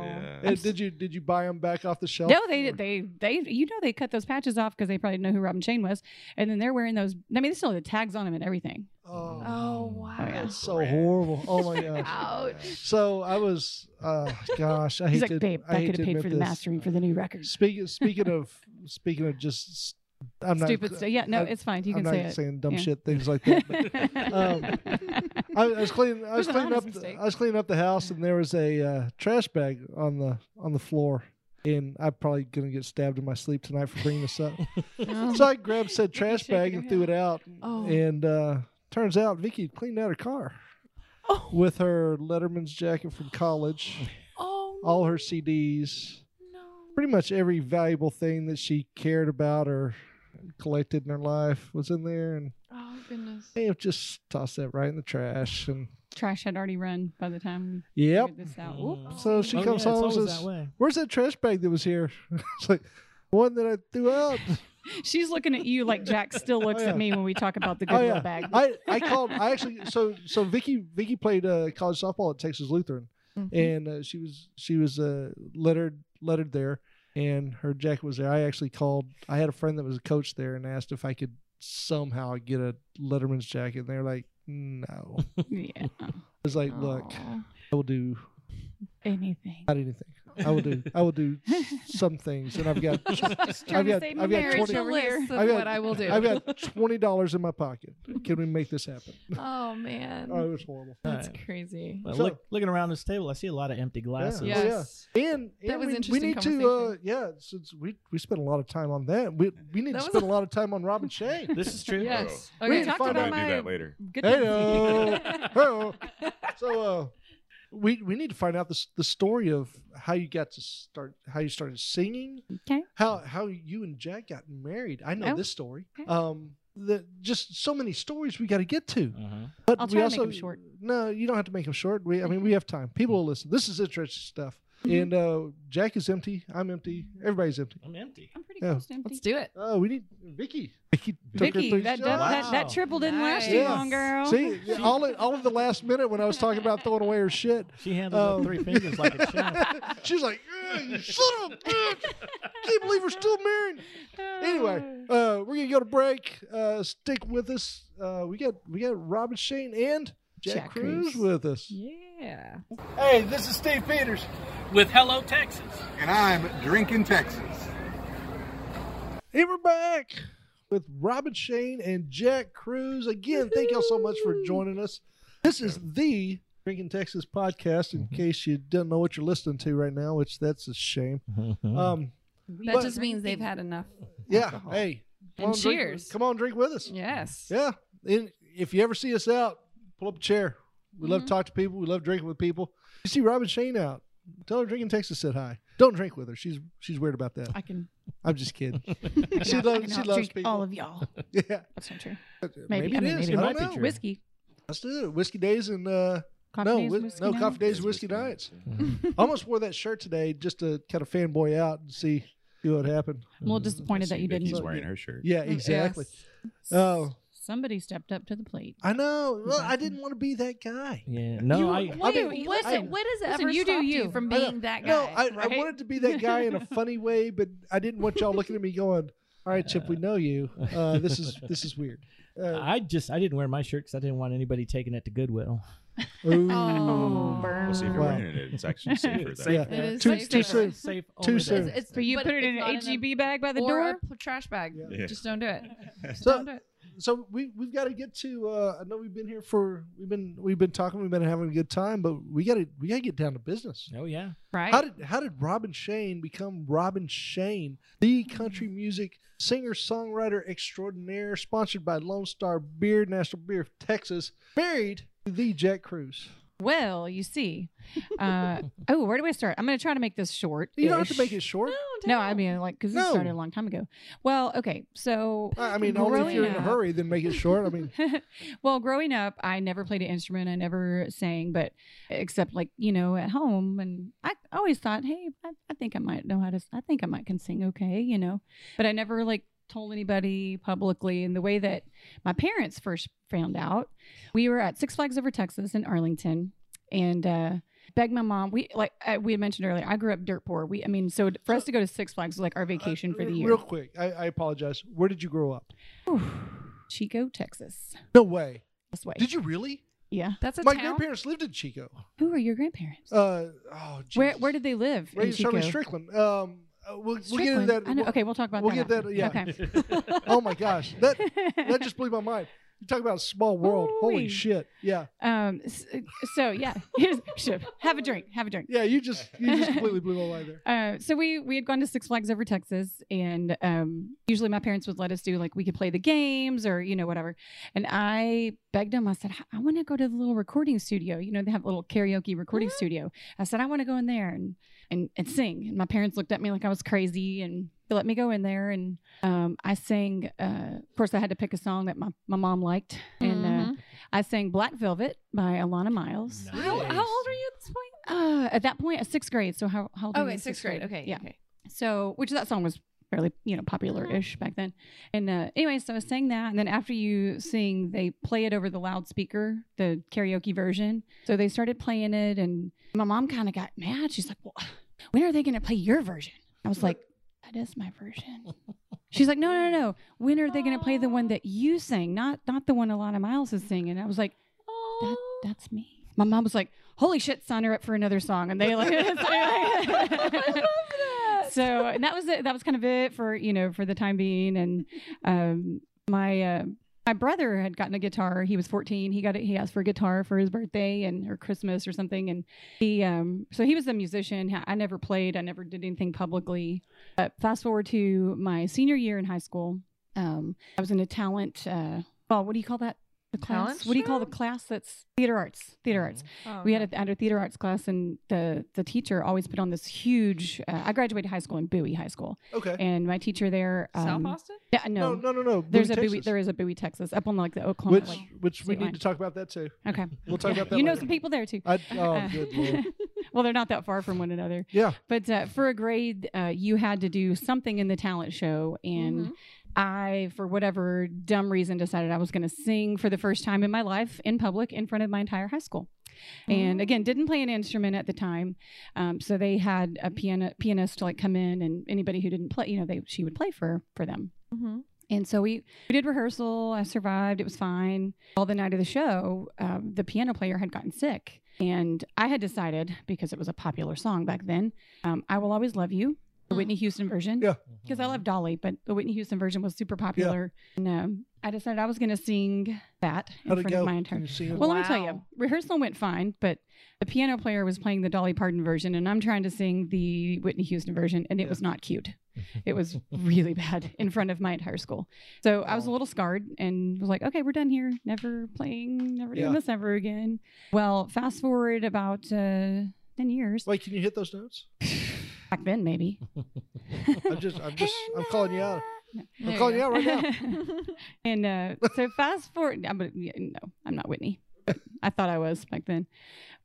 Yeah. And did you did you buy them back off the shelf? No, they they they you know they cut those patches off because they probably didn't know who Robin Shane was, and then they're wearing those. I mean, they still had the tags on them and everything. Oh, Oh wow. that's so horrible. Oh *laughs* my gosh. *laughs* Ouch. So I was, uh, gosh, I hate He's like, to. babe, I that hate could to have paid admit for the this. mastering for the new records. *laughs* Speaking speaking of speaking of just, s- I'm not Stupid stuff. Yeah, no, I- it's fine. You can I'm not say it. *laughs* saying dumb Yeah. shit things like that. *laughs* but- um, I, I was cleaning. I was was an cleaning honest up. The, mistake. I was cleaning up the house, and there was a uh, trash bag on the on the floor. And I'm probably gonna get stabbed in my sleep tonight for bringing this up. so I grabbed said trash shaking bag her and threw it out. Oh. And uh, turns out Vicky had cleaned out her car with her Letterman's jacket from college, Oh all her CDs, no. pretty much every valuable thing that she cared about or collected in her life was in there. And Oh goodness. may have just tossed that right in the trash. And Trash had already run by the time we yep. figured this out. Oop. So she Oh, comes yeah, it's home and always says, that way. *laughs* "Where's that trash bag that was here?" *laughs* it's like one that I threw out. She's looking at you like Jack *laughs* still looks Oh, yeah. at me when we talk about the oh Goodwill yeah, bag. I I called. I actually so so Vicky Vicky played uh, college softball at Texas Lutheran, Mm-hmm. Hmm. and uh, she was she was uh, lettered lettered there, and her jacket was there. I actually called. I had a friend that was a coach there and asked if I could somehow get a Letterman's jacket, and they're like, "No." I *laughs* yeah, was like, "Look, I will do anything. not anything. I will do. I will do *laughs* some things, and I've got. I've got. save my I've got marriage Here's twenty. a over here. list of I've got- what I will do. I've got twenty dollars in my pocket. Can we make this happen? oh man. Oh, it was horrible. That's Alright. crazy. Well, So- look, looking around this table, I see a lot of empty glasses. Yeah. Yes. And, and was we, we interesting need to. Uh, yeah, since we we spent a lot of time on that, we we need That to was- spend a lot of time on Robin Shane. This *laughs* is true. Yes. We We Okay. didn't talked find about out. I do my that later. Hey-o. *laughs* Hey-o. *laughs* So, uh, we we need to find out the s- the story of how you got to start, how you started singing. Okay. How how you and Jack got married. I know Oh, this story. okay. Um, the, just so many stories we got to get to. Uh-huh. But I'll we try to also, make 'em short. No, you don't have to make them short. We I mean we have time. People will listen. This is interesting stuff. Mm-hmm. And uh, Jack is empty. I'm empty. Everybody's empty. I'm empty. I'm pretty Yeah. close to empty. Let's do it. Oh, we need Vicky. Vicky, took her Vicky, things- that, Ah! dub- that that triple didn't last too Yeah. long, girl. See, all of, all of the last minute when I was talking about throwing away her shit, She handled the Um, three fingers *laughs* like a champ. she's like, "Ugh, you son of a bitch! Can't believe we're still married. Oh. Anyway, uh, we're gonna go to break. Uh, stick with us. Uh, we got we got Robin Shane and Jack, Jack Cruz Cruz. with us. Yeah. Hey, this is Steve Peters. with Hello *laughs* Texas. and I'm drinking Texas. Hey, we're back with Robin Shane and Jack Cruz. Again, thank y'all so much for joining us. This is the Drinking Texas podcast, in case you don't know what you're listening to right now, which that's a shame. Um, That But- just means they've had enough. yeah, hey. come And on, drink- cheers. come on, drink with us. Yes. Yeah. And if you ever see us out, pull up a chair. Mm-hmm. We love to talk to people. We love drinking with people. You see Robin Shane out. Tell her Drinking Texas said hi. Don't drink with her. She's she's weird about that. I can. I'm *laughs* just kidding. I she can- I loves can she out loves drink people. all of y'all. *laughs* yeah, That's not true. maybe, Maybe, I it mean, is. maybe it I don't might be know. true. Whiskey. Let's do it. Whiskey days and uh, Coffee no, days, whis- whiskey no night? coffee days, whiskey nights. Almost wore that shirt today just to kind of fanboy out and see see what happened. I'm a little disappointed that you didn't. He's wearing her shirt. Yeah, exactly. Yes. Oh, Somebody stepped up to the plate. I know. Well, I didn't want to be that guy. Yeah. No, You- I. I What, mean, what, I- what does it Listen, ever you do stop you. from I know. being that guy? *laughs* No, I, I right? wanted to be that guy in a funny way, but I didn't want y'all looking at me going, "All right, Chip, we know you. Uh, this is this is *laughs* weird." Uh, I just I didn't wear my shirt because I didn't want anybody taking it to Goodwill. ooh. Oh, We'll see if you're Wow. wearing it. It's actually safer. It's that Yeah. way. safe It there. is Too- safe too there. soon. It's safe Too only soon. there. It's- But you but put it it's in not an a- HEB bag by the or door. a p- trash bag. Yeah. Just don't do it. Just So- don't do it. So we we've got to get to. Uh, I know we've been here for we've been we've been talking. We've been having a good time, but we got to we got to get down to business. Oh yeah. right. How did how did Robin Shane become Robin Shane, the country Mm. music singer songwriter extraordinaire, sponsored by Lone Star Beer, National Beer of Texas, married to the Jack Cruz? well, you see. *laughs* Uh, oh, where do I start? I'm going to try to make this short. You don't have to make it short. No, I mean, like, because No. it started a long time ago. Well, okay. So, I *laughs* I mean, only if Growing you're in a up- hurry, then make it short. *laughs* I mean, well, growing up, I never played an instrument. I never sang, but except like you know at home, and I always thought, hey, I, I think I might know how to. s- I think I might can sing okay, you know. But I never like told anybody publicly. And the way that my parents first found out, we were at Six Flags Over Texas in Arlington, and. uh Begged my mom. We like uh, we had mentioned earlier. I grew up dirt poor. We, I mean, so for us to go to Six Flags was like our vacation for the year. real quick, I, I apologize. Where did you grow up? Chico, Texas. No way. This way. Did you really? yeah. That's a My town. grandparents lived in Chico. Who are your grandparents? Uh, oh, Jesus. Where where did they live? in Ray Shirley Chico? Strickland? Um, uh, we'll, we'll get into Strickland? that. I know. we'll- okay, we'll talk about we'll that. get that- after. *laughs* *laughs* oh my gosh, that Okay. that just blew my mind. You talk about a small world. Holy Ooh-wee. shit! Yeah, *laughs* um. s- So yeah, *laughs* here's sure. have a drink. Have a drink. yeah. You just you *laughs* just completely blew my mind there. Uh, so we we had gone to Six Flags over Texas, and um, usually my parents would let us do like we could play the games or you know whatever. And I begged them. I said I want to go to the little recording studio. You know they have a little karaoke recording studio. I said I want to go in there and and and sing. And my parents looked at me like I was crazy and they let me go in there and um, I sang. Uh, of course, I had to pick a song that my my mom liked, and uh, I sang Black Velvet by Alana Miles. How, Nice. how old are you at this point? Uh, at that point, a sixth grade. So how, how old were you Okay, in sixth grade. Okay, Yeah. okay. So, which that song was fairly, you know, popular-ish back then. And uh, anyway, so I sang that, and then after you sing, they play it over the loudspeaker, the karaoke version. So they started playing it, and my mom kind of got mad. She's like, "Well, when are they going to play your version?" I was like, "That is my *laughs* version." She's like, "No, no, no, no. When are they going to play the one that you sang, not not the one Alana Miles is singing?" I was like that, that's me. My mom was like, holy shit, sign her up for another song. And they like, *laughs* so and that was it. That was kind of it for, you know, for the time being. And um, my, uh, my brother had gotten a guitar. He was 14. He got it. He asked for a guitar for his birthday and or Christmas or something. And he, um, so he was a musician. I never played. I never did anything publicly. But fast forward to my senior year in high school, um, I was in a talent. Uh, well, what do you call that? The class. Talent what do you call the show? Mm-hmm. class that's theater arts? Theater arts. Oh, We had a, had a theater arts class, and the the teacher always put on this huge. Uh, I graduated high school in Bowie High School, Okay. and my teacher there. South um, Austin? yeah, no, no, no, no, no. There's a Bowie, Bowie. Texas. There is a Bowie, Texas, up on like the Oklahoma. which like, which we state need line. to talk about that too. okay, We'll *laughs* talk about that. you know later. some people there too. I, *laughs* oh, good lord. well, they're not that far from one another. Yeah. But uh, for a grade, uh, you had to do something in the talent show. And Mm-hmm. I, for whatever dumb reason, decided I was going to sing for the first time in my life in public in front of my entire high school. And again, didn't play an instrument at the time, um, so they had a piano pianist to like come in, and anybody who didn't play, you know, they she would play for for them. Mhm. And so we, we did rehearsal. I survived. It was fine. All the night of the show, um, the piano player had gotten sick. And I had decided, because it was a popular song back then, um, I Will Always Love You, the Whitney Houston version. Yeah. Because I love Dolly, but the Whitney Houston version was super popular. And um, I decided I was going to sing that in How'd it front go? of my entire Can you sing it? well, let me tell you, Wow. rehearsal went fine, but the piano player was playing the Dolly Parton version, and I'm trying to sing the Whitney Houston version, and it was not cute. It was really bad in front of my entire school. So I was a little scarred and was like, okay, we're done here. Never playing, never doing Yeah. this ever again. Well, fast forward about uh, 10 years. Wait, can you hit those notes? Back then, maybe. I'm just, *laughs* I'm just, I'm calling you out. There I'm calling you you go. out right now. and uh, so fast forward. I'm, gonna- yeah, no, I'm not Whitney. I thought I was back then.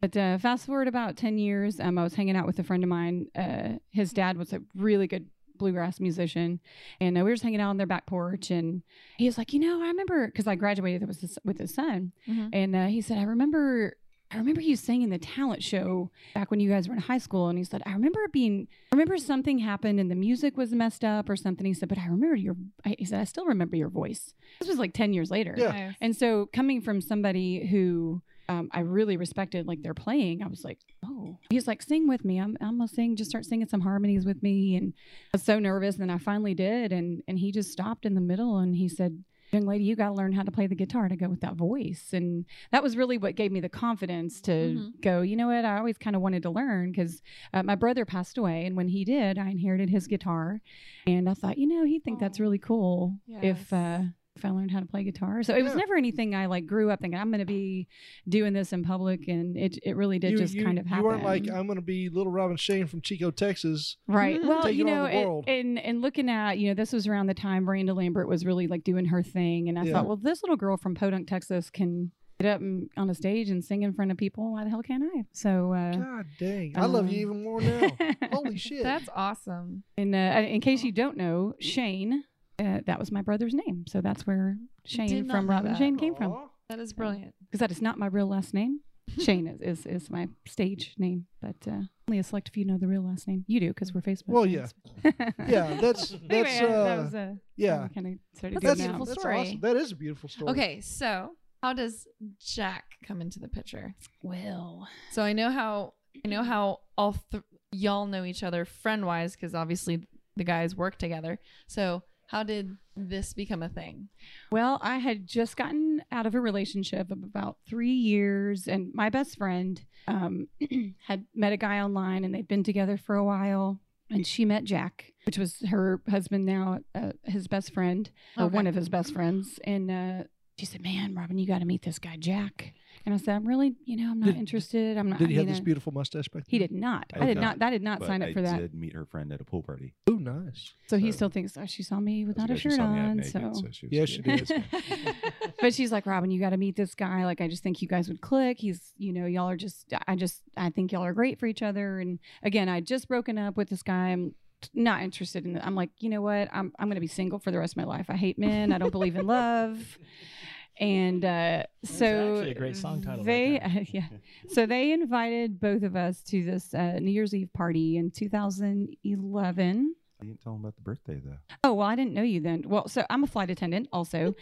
But uh, fast forward about 10 years, um, I was hanging out with a friend of mine. Uh, his dad was a really good bluegrass musician. And uh, we were just hanging out on their back porch. And he was like, You know, I remember because I graduated with his, with his son. And uh, he said, I remember. I remember you singing the talent show back when you guys were in high school. And he said, I remember it being, I remember something happened and the music was messed up or something. He said, but I remember your, I, he said, I still remember your voice. This was like 10 years later. Yeah. Nice. And so coming from somebody who um, I really respected, like their playing, I was like, oh, he's like, sing with me. I'm, I'm gonna sing, just start singing some harmonies with me. And I was so nervous. And then I finally did. And, and he just stopped in the middle and he said, young lady, you got to learn how to play the guitar to go with that voice. And that was really what gave me the confidence to Mhm. go, you know what? I always kind of wanted to learn because uh, my brother passed away. And when he did, I inherited his guitar. And I thought, you know, he'd think that's Oh. really cool Yes. if, uh, if I learned how to play guitar. So it was Yeah. never anything I like grew up thinking I'm going to be doing this in public. And it, *laughs* it really did just kind of happen. You weren't like, I'm going to be little Robin Shane from Chico, Texas. Right. Well, Taking you on know, the world. it- and and looking at you know, this was around the time Miranda Lambert was really like doing her thing, and I Yeah. thought, well, this little girl from Podunk, Texas, can get up and, on a stage and sing in front of people. Why the hell can't I? So, uh, God dang. I love you Um, even *laughs* more now. Holy Oh. shit. That's awesome. and uh, in case you don't know, Shane, uh, that was my brother's name, so that's where Shane Did not from know Robin that. Shane came from Aw. That is brilliant. because that is not my real last *laughs* name. Shane is, is is my stage name, but uh, only a select few know the real last name. You do because we're Facebook. Well, friends. Yeah, that's, that's, *laughs* Anyway, that uh, was, uh, yeah. kind of That's a started doing That's, that. beautiful that's story. awesome. That is a beautiful story. Okay, so how does Jack come into the picture? Well, So I know how I know how all th- y'all know each other friend wise because obviously the guys work together. So how did this become a thing? well, I had just gotten out of a relationship of about three years, and my best friend um, *clears throat* had met a guy online, and they'd been together for a while. And she met Jack, which was her husband now, uh, his best friend, or one Okay. of his best friends. And uh, she said, "Man, Robin, you got to meet this guy, Jack." And I said, "I'm really, you know, I'm not Did- interested. I'm not." Did he I have mean, this I- beautiful mustache back then? He did not. I I, did did not. not, That did not But sign up I for that. did meet her friend at a pool party. Oh, nice. So he So- still thinks oh, she saw me That was without the a day she shirt saw me half on. naked, So. she Yeah, was she good. did. but she's like, Robin, you got to meet this guy. Like, I just think you guys would click. He's, you know, y'all are just, I just, I think y'all are great for each other. And again, I just broken up with this guy. I'm t- not interested in. I'm like, you know what? I'm, I'm going to be single for the rest of my life. I hate men. I don't believe in *laughs* love. And uh, so actually a great song title right They, there. *laughs* yeah. So they invited both of us to this uh, New Year's Eve party in 2011. I didn't tell him about the birthday though. Oh, well, I didn't know you then. Well, so I'm a flight attendant also,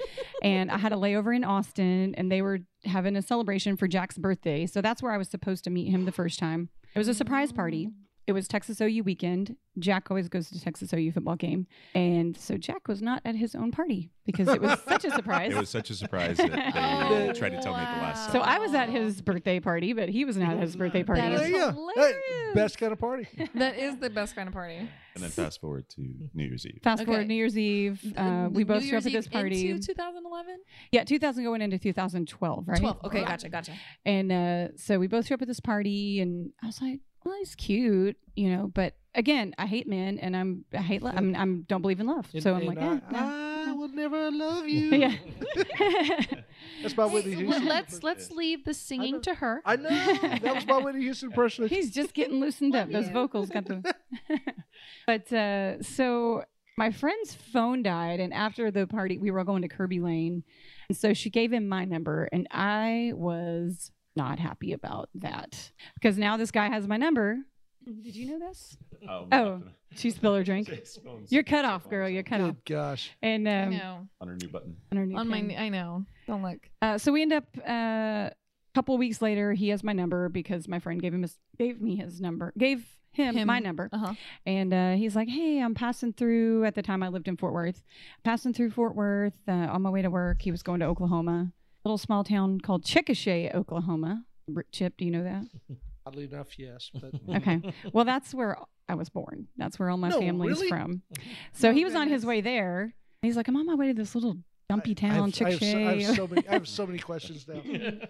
and I had a layover in Austin, and they were having a celebration for Jack's birthday. So that's where I was supposed to meet him the first time. It was a surprise party. It was Texas OU weekend. Jack always goes to Texas OU football game. And so Jack was not at his own party because it was *laughs* such a surprise. It was such a surprise that they Oh, tried to tell me at the last so second. I was at his birthday party, but he was *laughs* not at his birthday party. That there is you go. Hey, hilarious. best kind *laughs* of party. That is the best kind of party. and then fast forward to New Year's Eve. Fast Okay. forward New Year's Eve. Uh, we both New showed up Year's Eve at this party. into 2011, yeah, 2000 going into 2012, right? 12. Okay, gotcha, gotcha. And uh, so we both show up at this party, and I was like, "Well, he's cute, you know." But again, I hate men, and I'm I hate love. I'm, I'm don't believe in love, so I'm And like, I, eh, no. I will *laughs* never love you. yeah. "Eh, *laughs* That's my Whitney Hey, let- Houston. let's let's leave the singing to her. I know. That was my Whitney Houston impression. He's just getting loosened up. Those vocals got the. *laughs* but uh, so my friend's phone died, and after the party, we were all going to Kirby Lane, and so she gave him my number, and I was not happy about that because now this guy has my number. Mm-hmm. Did you know this? Oh, she spilled her drink. You're cut off, girl. You're cut off. Good gosh. And I um, know. on her new button. on her new On my, pen. I know. Don't look. Uh, so we end up uh, a couple weeks later. He has my number because my friend gave him his, gave me his number, gave him, Him. my number, Uh huh. and uh, he's like, "Hey, I'm passing through." At the time, I lived in Fort Worth, passing through Fort Worth uh, on my way to work. He was going to Oklahoma, little small town called Chickasha, Oklahoma. R- Chip, do you *laughs* know that? Oddly enough, yes. But *laughs* Okay. Well, that's where I was born. That's where all my No, family's *laughs* really? from. So Oh, he was on his goodness. way there. and He's like, I'm on my way to this little Dumpy I have- Town, Chick I have so- I Shay. have so many- I have so many questions *laughs* now. Mm-hmm.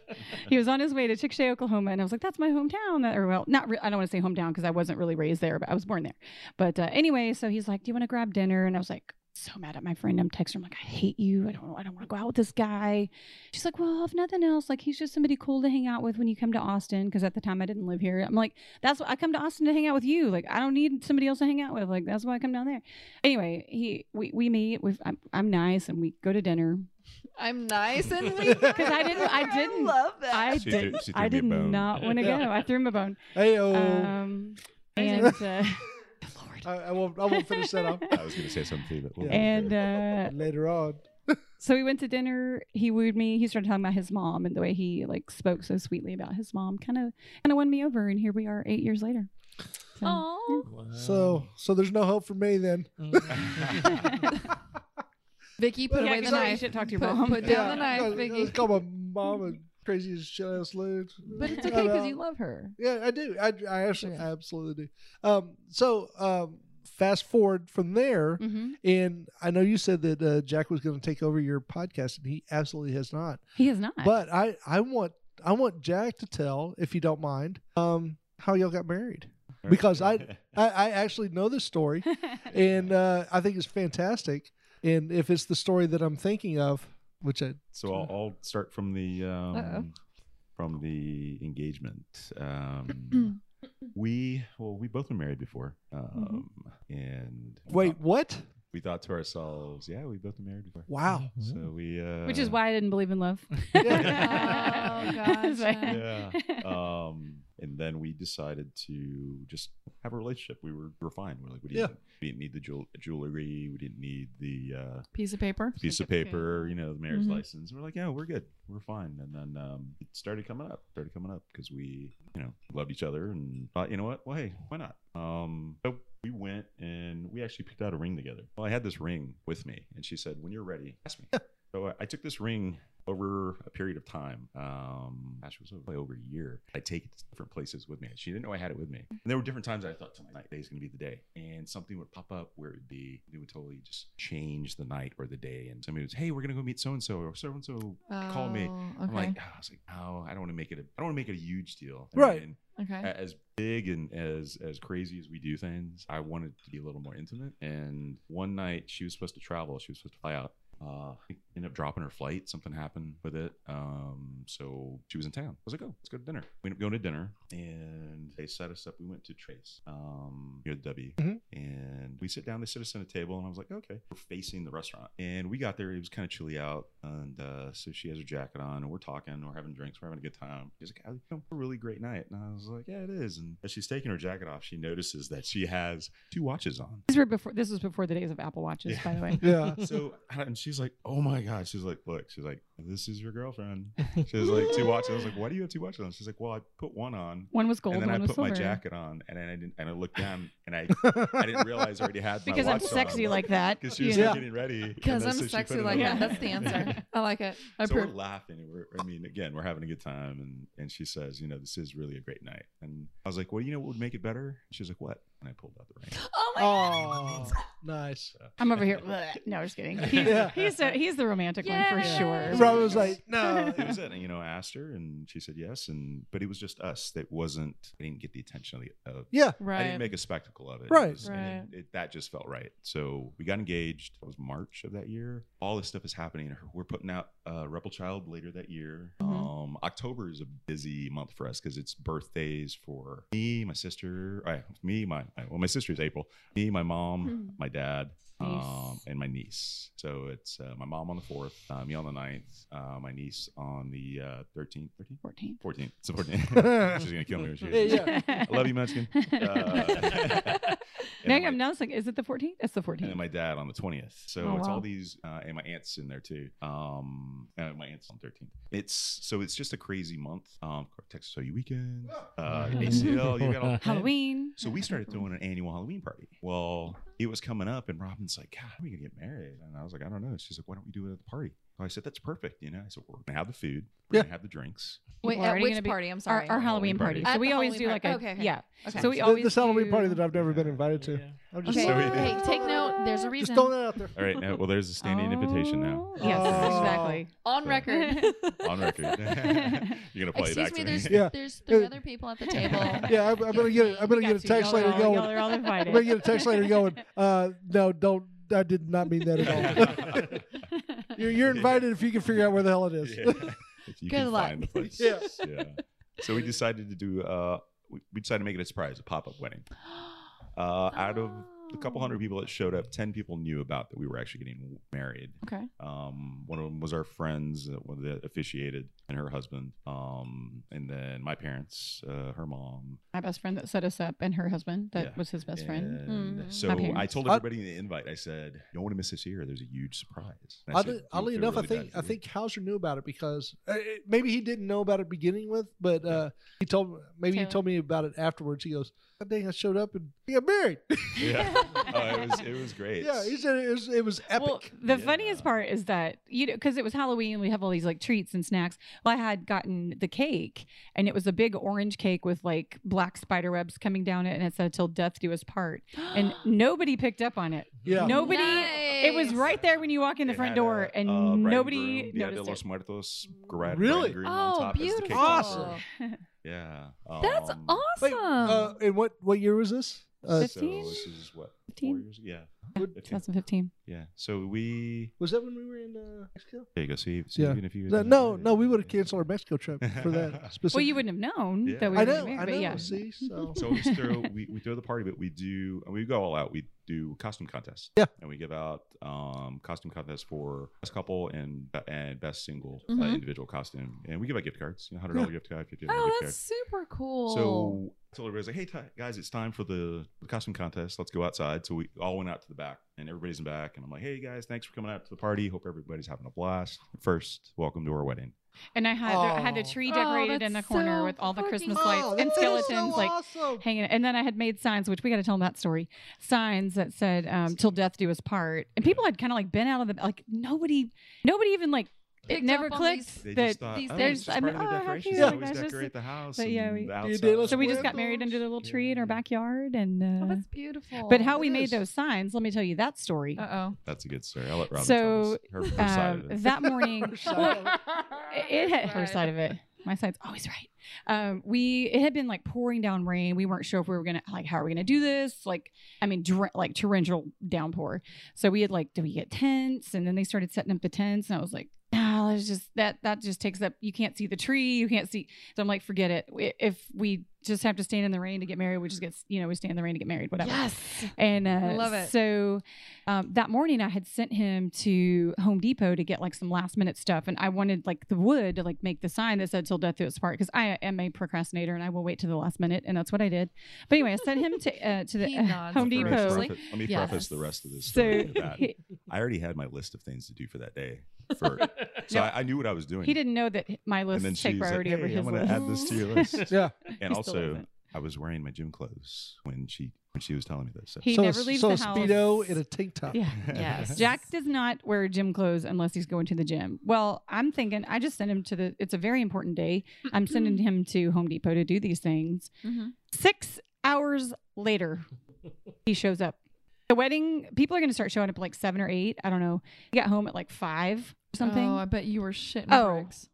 he was on his way to Chick Shay, Oklahoma, and I was like, "That's my hometown." That, or well, not re- I don't want to say hometown because I wasn't really raised there, but I was born there. But uh, anyway, so he's like, "Do you want to grab dinner?" And I was like, "So mad at my friend." I'm texting him like, "I hate you. I don't. I don't want to go out with this guy." She's like, "Well, if nothing else, like he's just somebody cool to hang out with when you come to Austin." Because at the time I didn't live here. I'm like, "That's what I come to Austin to hang out with you. Like I don't need somebody else to hang out with. Like that's why I come down there." Anyway, he we we meet. We I'm, I'm nice, and we go to dinner. I'm nice *laughs* and we because I didn't. I didn't. love that. I She threw- did. she threw me I a did bone. not want to Yeah. go. I threw him a bone. Hey, oh. Um, and *laughs* uh, I, I won't. I won't finish *laughs* that up. I was going to say something, but Yeah. and uh, *laughs* Later on, so we went to dinner. He wooed me. He started talking about his mom and the way he like spoke so sweetly about his mom. Kind of, kind of won me over. And here we are, eight years later. So, Oh, *laughs* so Ah. so there's no hope for me then. *laughs* Vicky, put Yeah, away the exactly. You knife. should talk to your put, mom. Put down the knife, I, I Vicky. was call my mom a crazy as shit ass loon. But it's And, okay because uh, you love her. Yeah, I do. I, I actually, Okay. I absolutely do. Um, so um, fast forward from there, Mm-hmm. Mhm. and I know you said that uh, Jack was going to take over your podcast, and he absolutely has not. He is not. But I, I want, I want Jack to tell, if you don't mind, um, how y'all got married, uh, *laughs* because I, I, I actually know this story, and uh, I think it's fantastic. And if it's the story that I'm thinking of, which I So I'll, I'll start from the Uh-oh. um, from the engagement. Um, *clears throat* we well, we both were married before, um, Mm-hmm. and we wait, thought- what? *laughs* we thought to ourselves, yeah, we both been married before. Wow. So we, *laughs* uh, which is why *laughs* I didn't believe in love. *laughs* Oh, gotcha. yeah. Um, and then we decided to just have a relationship. We were, we were fine. We're like, we didn't, Yeah. we didn't need the jewel- jewelry. We didn't need the uh, Piece of paper. piece of Okay. paper, mm-hmm. you know, the marriage Mhm. license. And we're like, yeah, we're good, we're fine. And then um, it started coming up, started coming up because we, you know, loved each other and thought, you know what? Well, hey, why not? Um, so we went and we actually picked out a ring together. Well, I had this ring with me, and she said, when you're ready, ask me. so uh, I, I took this ring. Over a period of time, um, gosh, it was probably over a year. I take it to different places with me. She didn't know I had it with me. And there were different times I thought tonight, today's going to be the day. And something would pop up where it would be, it would totally just change the night or the day. And somebody was, hey, we're going to go meet so and so, or so and so called me. Oh, I'm Okay. like, I was like, oh, I don't want to make it. A, I don't want to make it a huge deal. Right. And okay. a- as big and as as crazy as we do things, I wanted to be a little more intimate. And one night she was supposed to travel. She was supposed to fly out. Uh, I ended up dropping her flight. Something happened with it. Um, so she was in town. I was like, oh, let's go to dinner. We ended up going to dinner, and they set us up. We went to Trace, um, near the W, Mhm. and we sit down. They sit us at a table, and I was like, okay, we're facing the restaurant. And we got there. It was kind of chilly out, and uh, so she has her jacket on, and we're talking, we're having drinks, we're having a good time. She's like, "Oh, you know, a really great night, and I was like, yeah, it is. And as she's taking her jacket off, she notices that she has two watches on. *laughs* These were before. This was before the days of Apple Watches, Yeah. by the way. Yeah. So *laughs* and she's like, "Oh my god!" She's like, "Look," she's like, "This is your girlfriend." She was like, two watches." I was like, "Why do you have two watches on?" She's like, "Well, I put one on, One was gold, and then I one was put silver. my jacket on, and then I didn't, and I looked down, and I, I didn't realize I already had because my I'm watch sexy like *laughs* that. because she was you like, know. getting ready. and Because then I'm so she sexy put it like on. that. That's the *laughs* answer. I like it. I So we're approve. laughing. And we're, I mean, again, we're having a good time. And, and she says, you know, this is really a great night. And I was like, well, you know what would make it better? She was like, what? And I pulled out the ring. Oh my Oh, nice. I'm over here. bleh. No, just kidding. He's, Yeah. he's, the- he's the romantic one for Yeah. sure. Rob was like, no. it was it. And, you know, I asked her and she said yes. And, but it was just us that wasn't, I didn't get the attention of, the, of Yeah. I Right. didn't make a spectacle of it. It Right. was- and it- it- that just felt right. So we got engaged. That was March of that year. All this stuff is happening. We're putting out uh, Rebel Child later that year. Um, October is a busy month for us because it's birthdays for me, my sister, I, me, my, my- well, my sister is April, me, my mom, my dad. Um, Nice. and my niece. So it's uh, my mom on the 4th, uh, me on the 9th, uh, my niece on the uh, 13th, 13th? 14. 14th. It's the 14th. *laughs* She's going to kill me when she hears Yeah, this. yeah. *laughs* I love you, Mexican. Uh, now and, I'm my, now it's like, is it the 14th? It's the and then 14th. my dad on the 20th. So Oh, it's wow. all these, uh, and my aunt's in there too. Um, and my aunt's on 13th. It's so it's just a crazy month. Um, Texas OU weekend, *laughs* uh, ACL, you got all Halloween. so we started throwing *laughs* an annual Halloween party. Well, it was coming up, and Robin's like, God, we are we gonna get married? And I was like, I don't know. She's like, why don't we do it at the party? I said, that's perfect. You know, I said, we're going to have the food, we're going to have the drinks. Wait, at which party? I'm sorry. *laughs* Our, Halloween party. At So the we always Halloween do like a party. Okay, okay. yeah. Okay. So we Th- always this Halloween do- party that I've never been invited to. I'm just Okay. So we did. *laughs* Hey, take note. There's a just reason. throwing that out there. All right. Now, well, there's a standing invitation now Oh, Yes, Oh. *laughs* exactly. *laughs* On record. *laughs* on record. *laughs* You're going to play it back Excuse me. to me. There's *laughs* Yeah. there's three other people at the *laughs* table. Yeah, I'm, I'm gonna get a- I'm gonna get a text Y'all are later all- going. Y'all are all I'm gonna invited. get a *laughs* text later going. Uh, no, don't. I did not mean that *laughs* at *laughs* all. *laughs* you're, you're invited if you can figure out where the hell it is. *laughs* Yeah. If you Good can luck. find the place. Yeah. yeah. So we decided to do. Uh, we, we decided to make it a surprise, a pop-up wedding. Uh, Out of the couple hundred people that showed up, ten people knew about that we were actually getting married. Okay. Um, one of them was our friends, uh, one that officiated, and her husband. Um, and then my parents, uh, her mom. *laughs* My best friend that set us up and her husband that Yeah. was his best friend. Hmm. And Mm. So My I parents. told I- everybody in the invite. I said, "You don't want to miss this year. There's a huge surprise." And I Oddly, said, oddly "They're enough, I really think bad I for you." think Hauser knew about it because uh, it- maybe he didn't know about it beginning with, but uh, he told maybe he Taylor. told me about it afterwards. He goes, "God dang, I showed up and he got married." *laughs* *laughs* Yeah. oh, it was it was great. yeah, he said it was it was epic. Well, the Yeah. funniest part is that you know because it was Halloween, we have all these like treats and snacks. Well, I had gotten the cake, and it was a big orange cake with like black spider webs coming down it, and it said "Till death do us part," *gasps* *gasps* and nobody picked up on it. yeah, Nobody. It was Nice. right there when you walk in the It front had door, a, and uh, bride nobody groom, Dia de noticed los it. Muertos, grad, Really? Bride groom on Oh, top as the beautiful. cake Awesome. topper. Yeah. That's um, awesome. Wait, uh, and what what year was this? Uh, So 15? this is what four 15? years? Yeah. would- 2015. Yeah. So we. was that when we were in uh, Mexico? There you go. See, see Yeah. even if you. No, no, no, we would have canceled our Mexico trip for that specific. Well, you wouldn't have known Yeah. that we were I know, married, I know. but yeah. See, *laughs* so *laughs* So we just throw we, we throw the party, but we do we go all out. We do costume contests. Yeah. And we give out um, costume contests for best couple and and best single uh, Mm-hmm. Mhm. individual costume, and we give out gift cards. You know, hundred dollar gift card, fifty dollar Oh, gift card. that's super cool. So I told everybody, I was like, hey, ti- guys, it's time for the, the costume contest. Let's go outside. So we all went out to the back and everybody's in back. And I'm like, hey, guys, thanks for coming out to the party. Hope everybody's having a blast. First, welcome to our wedding. And I had I had Oh. a tree Oh, decorated in the that's corner so with all the fucking Christmas cool. lights Oh, and that is so skeletons like awesome. hanging. And then I had made signs, which we got to tell them that story. Signs that said um, "Till death do us part," and people had kind of like been out of the like nobody nobody even like it Picked never up on clicked. They that- just thought, these oh, things- it's just I part mean, of the oh, how decorations. cute, They like, always that's just- decorate the house. but yeah, and we- the Dia outside. de los so we just got Muertos. married under the little tree in our Yeah. backyard, and oh, uh, that's beautiful. but how we It made is. those signs, let me tell you that story. Uh oh. That's a good story. I'll let Robin So, tell us her, her side Um, of it. *laughs* that *laughs* morning, So- it had her side of it. My side's always right. Um, we it had been like pouring down rain. We weren't sure if we were gonna like how are we gonna do this? Like I mean, dr- like torrential downpour. So we had like, do we get tents? And then they started setting up the tents, and I was like, ah, let's just that that just takes up. You can't see the tree. You can't see. So I'm like, forget it. I- If we just have to stand in the rain to get married, we just get you know we stand in the rain to get married, whatever. Yes. And uh, I love it. So um, that morning, I had sent him to Home Depot to get like some last minute stuff, and I wanted like the wood to like make the sign that said "Till Death Do Us Part" because I am a procrastinator and I will wait to the last minute, and that's what I did. But anyway, I sent him to uh, to *laughs* the He uh, nods *laughs* Home Let me Depot. preface- Let me Yes. preface the rest of this So story. with that. I already had my list of things to do for that day. *laughs* For, so I, I knew what I was doing. he didn't know that my list And then take she was like, priority hey, over his I'm going list. to add this to your list. yeah. and He still also, doesn't. I was wearing my gym clothes when she when she was telling me this. So. *laughs* He so never a, leaves so the a house. speedo and a tank top. yeah. Yes. Jack does not wear gym clothes unless he's going to the gym. Well, I'm thinking I just sent him to the. It's a very important day. I'm sending Mm-hmm. him to Home Depot to do these things. Mhm. Six hours later, he shows up. The wedding people are going to start showing up at like seven or eight. I don't know. He got home at like five or something. Oh, Oh, I bet you were shitting Oh. bricks.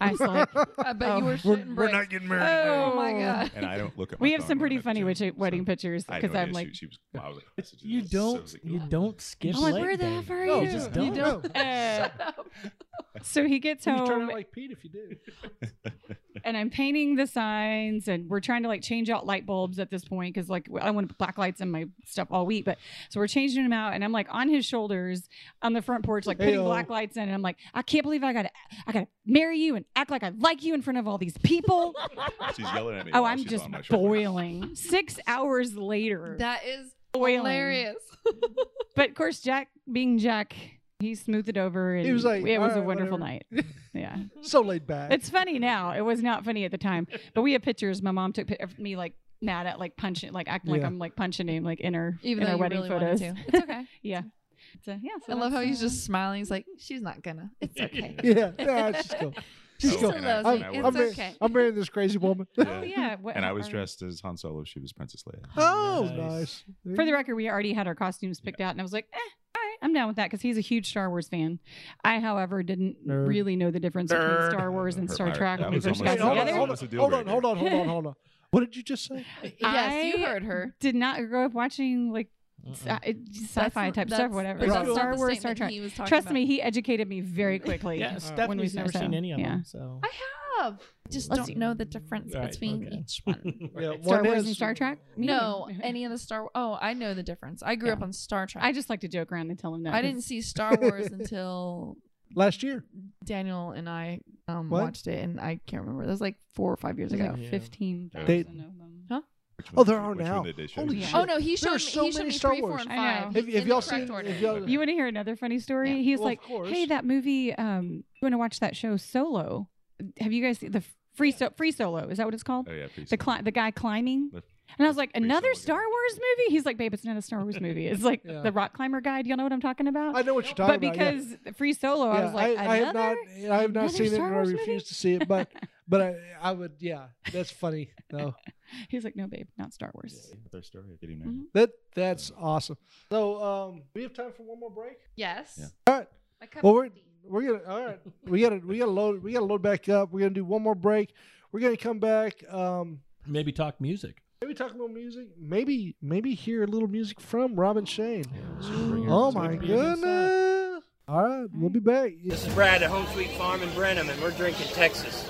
I was *laughs* like, I bet you Oh. were We're, shitting bricks. we're not getting married. oh oh my god. And I don't look at. My We have phone some when pretty I'm at the funny gym, witch- wedding so pictures I had because no I'm idea. like, She, she was. I was like, *laughs* messages, You so don't. sick. you don't skip. I'm like, leg where the day. F are No, you? just no, don't. *laughs* no. Uh, *laughs* so he gets You turn home out like Pete if you do. and I'm painting the signs, and we're trying to like change out light bulbs at this point because like I want to put black lights in my stuff all week. But so we're changing them out, and I'm like on his shoulders on the front porch, like putting Heyo. black lights in, and I'm like, I can't believe I gotta, I gotta marry you and act like I like you in front of all these *laughs* people. *laughs* *laughs* She's yelling at me. oh, while I'm she's just on my shoulder. *laughs* boiling. Six hours later, That is boiling. *laughs* hilarious. But of course, Jack, being Jack, he smoothed it over, and He was like, it was "All a right, wonderful whatever." *laughs* night. Yeah. *laughs* So laid back. It's funny now. It was not funny at the time. But we have pictures. My mom took pi- of me like mad at like punching, like acting like Yeah. I'm like punching him, like in her Even in though our you wedding really *laughs* photos. wanted to. It's okay. Yeah. So, yeah, so I love how that's, he's uh, just smiling. He's like, she's not gonna. It's okay. *laughs* Yeah, nah, she's *laughs* cool. She's She cool. still loves I'm, me. I It's would- I'm, mar- okay. I'm marrying this *laughs* crazy woman. *laughs* Oh yeah. What, and I was are- dressed as Han Solo. She was Princess Leia. oh, Nice. nice. There For you the record, we already had our costumes picked out, and I was like, eh, all right, I'm down with that because he's a huge Star Wars fan. I, however, didn't Nerd. really know the difference between Nerd. Star Wars and Her Star pirate- Trek that when we was first Wait, got almost- hold, on, together. that hold, was a on, deal hold on, breaker. hold on, hold on, hold on. What did you just say? Yes, you I- heard her. Did not grow up watching like uh, sci- Uh-huh. Uh-uh. fi That's- type that's- stuff, whatever. that's Right. not Star the Wars, Star statement Trek. He was talking Trust about. me, he educated *laughs* me very quickly. Yeah, when we Stephanie's never started. seen any of Yeah. them. So *laughs* I have. Just Let's- don't know the difference Right, between okay. each one. Yeah, Star one Wars is- and Star Trek? *laughs* Me no, neither. any of the Star. Oh, I know the difference. I grew up on Star Trek. *laughs* I just like to joke around and tell *laughs* him that. I didn't see Star Wars until *laughs* Last year. Daniel and I um, What? watched it, and I can't remember. That was like four or five years There's ago. like Yeah. 15,000 They- of them. Which Oh, one- there are which one now. did they show Holy you? shit. Oh no, he There showed are so me. He showed many me Star three, four, Wars. and I know. five. Have, He's have in y'all the correct seen? order. Have y'all, You want to hear another funny story? He's Well, like, of course. hey, that movie, um, you want to watch that show Solo? Have you guys seen the free, so- free Solo? Is that what it's called? Oh yeah, please. the cli- the guy climbing. The- and I was like, Free another Solo guy. Star Wars movie? He's like, babe, it's not a Star Wars movie. It's like *laughs* Yeah. the rock climber guy. Do you know what I'm talking about? I know what you're but talking about. yeah. because Free Solo, I Yeah, was like, I, I have another? not, I have not Another seen it, Star and I Wars movie? refuse to see *laughs* it. But, but I, I would, yeah, that's funny. No, He's like, no, babe, not Star Wars. Their story of getting Mm-hmm. married. that that's awesome. So, um, we have time for one more break. Yes. Yeah. All right, A cup Well, of we're- tea. we're gonna. All right, we gotta, we gotta load, we gotta load back up. We're gonna do one more break. We're gonna come back. Um, maybe talk music. maybe talk a little music. Maybe, maybe hear a little music from Robin Shane. Oh my Would be a good sign. goodness! All right, we'll be back. This is Brad at Home Sweet Farm in Brenham, and we're drinking *laughs* Texas.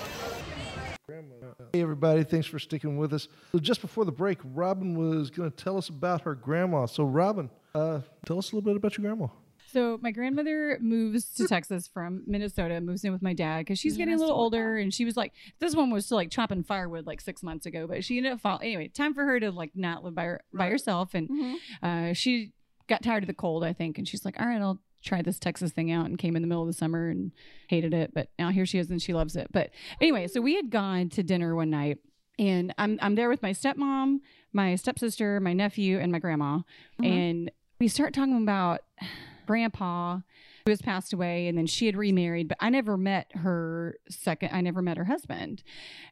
Hey, everybody. Thanks for sticking with us. So just before the break, Robin was going to tell us about her grandma. So, Robin, uh, tell us a little bit about your grandma. So my grandmother moves to Texas from Minnesota, moves in with my dad because she's getting a little older, and she was like, this one was still like chopping firewood like six months ago, but she ended up fall anyway. Time for her to like not live by her, by herself, and uh, she got tired of the cold, I think, and she's like, all right, I'll try this Texas thing out, and came in the middle of the summer and hated it, but now here she is and she loves it. But anyway, so we had gone to dinner one night. And I'm I'm there with my stepmom, my stepsister, my nephew, and my grandma. And we start talking about grandpa who has passed away and then she had remarried but i never met her second i never met her husband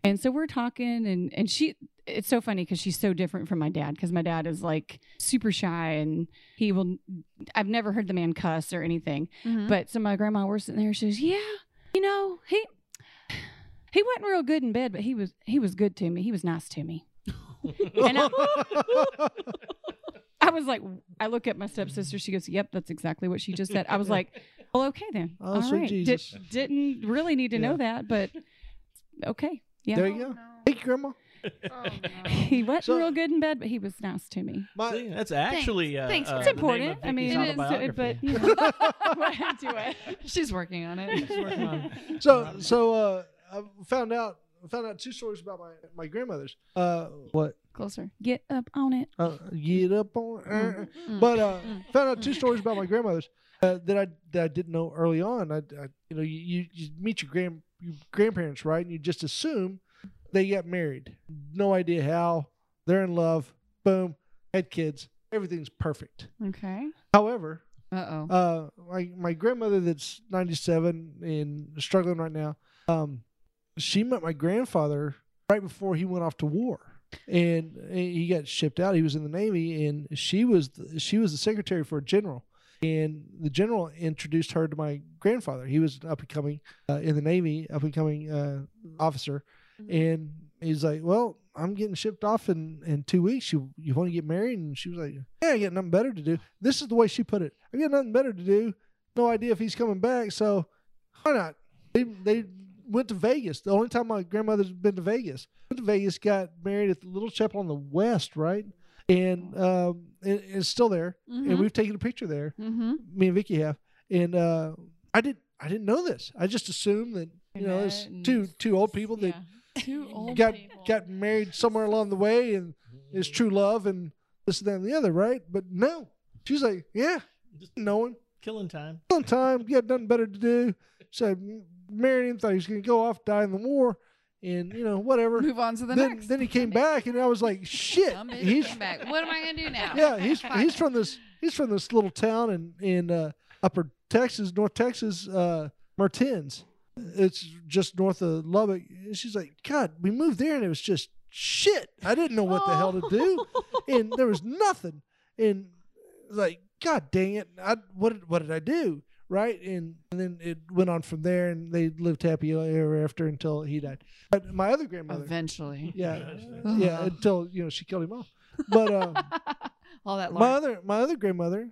and so we're talking and and she it's so funny because she's so different from my dad because my dad is like super shy and he will i've never heard the man cuss or anything Mm-hmm. but so my grandma we're sitting there she says yeah you know he he wasn't real good in bed but he was he was good to me he was nice to me and I, *laughs* I was like i look at my stepsister she goes yep that's exactly what she just said i was like *laughs* well okay then Oh, All sweet right. Di- Jesus. didn't really need to Yeah. know that but okay *laughs* *laughs* yeah *laughs* There you Oh, go. Thank you, Grandma. he wasn't So- real good in bed but he was nice to me My, See, that's actually uh, Thanks. uh, It's the name important. of I mean, Vicky's it is, uh, autobiography. *laughs* but you know, *laughs* *laughs* what do I? uh, She's working on it. Working on- so, so uh, I found out found out two stories about my, my grandmothers. Uh, what? Closer. Get up on it. Uh, get up on. Uh, Mm. but uh, found out two stories about my grandmothers uh, that I that I didn't know early on. I, I you know you, you, you meet your grand your grandparents right, and you just assume they got married. No idea how they're in love. Boom, had kids. Everything's perfect. Okay. However, Uh oh. uh, my my grandmother that's ninety seven and struggling right now. Um, she met my grandfather right before he went off to war, and uh, he got shipped out. He was in the navy, and she was the, she was the secretary for a general. And the general introduced her to my grandfather. He was an up and coming uh, in the navy, up and coming uh, officer, and he's like, "Well, I'm getting shipped off in in two weeks. You you want to get married?" And she was like, "Yeah, I got nothing better to do." This is the way she put it. I got nothing better to do. No idea if he's coming back, so why not? They they went to Vegas. The only time my grandmother's been to Vegas. Went to Vegas, got married at the Little Chapel on the West, right? And um, it, it's still there, Mm-hmm. Mm-hmm. and we've taken a picture there. Mm-hmm. Me and Vicky have, and uh, I did. I didn't know this. I just assumed that you know it's And- two two old people that Two old got people. got married somewhere along the way and it's true love and this that and the other right but no she's like yeah no him killing time. *laughs* on time you got nothing better to do so m- married him thought he was going to go off die in the war and you know whatever Move on to the then, next. then he came back and i was like shit Dumb bitch he's came back. What am I gonna do now? *laughs* yeah he's Fuck. he's from this He's from this little town in in uh, Upper Texas, North Texas, uh, Mertens. It's just north of Lubbock. And she's like, God, we moved there and it was just shit. I didn't know what the hell to do, and there was nothing. And like, God dang it, I what did, what did I do? Right, and, and then it went on from there, and they lived happy ever after until he died. But my other grandmother, Eventually. yeah, yeah, until you know she killed him off. But um, *laughs* All that my large. other my other grandmother,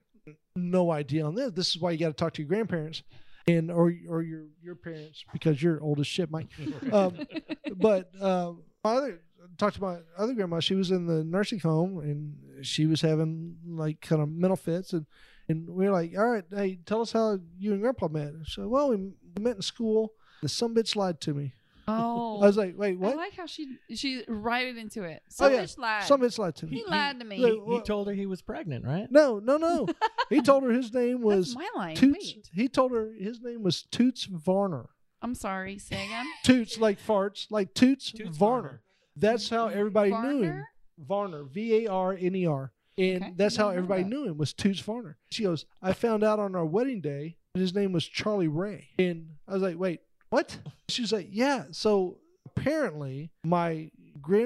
no idea on this. This is why you got to talk to your grandparents, and or or your your parents because you're old as shit, Mike. *laughs* Um, but um, my other talked to my other grandma. She was in the nursing home and she was having like kind of mental fits and. And we were like, all right, hey, tell us how you and Grandpa met. So, well, we we met in school. The some bitch lied to me. Oh. I was like, wait, I what? like how she she righted into it. So Oh, yeah. much lied. Some bitch lied to me. he lied to me. Look, He, he told her he was pregnant, right? No, no, no. he told her his name was *laughs* That's my line. Toots. Wait. He told her his name was Toots Varner. I'm sorry, say again. Toots like farts, like Toots, Toots Varner. Varner. *laughs* That's how everybody knew him. Varner? Varner, V A R N E R. And Okay. that's Didn't how know everybody that. knew him was Toots Varner. She goes, I found out on our wedding day that his name was Charlie Ray. And I was like, wait, what? She's like, yeah. So apparently my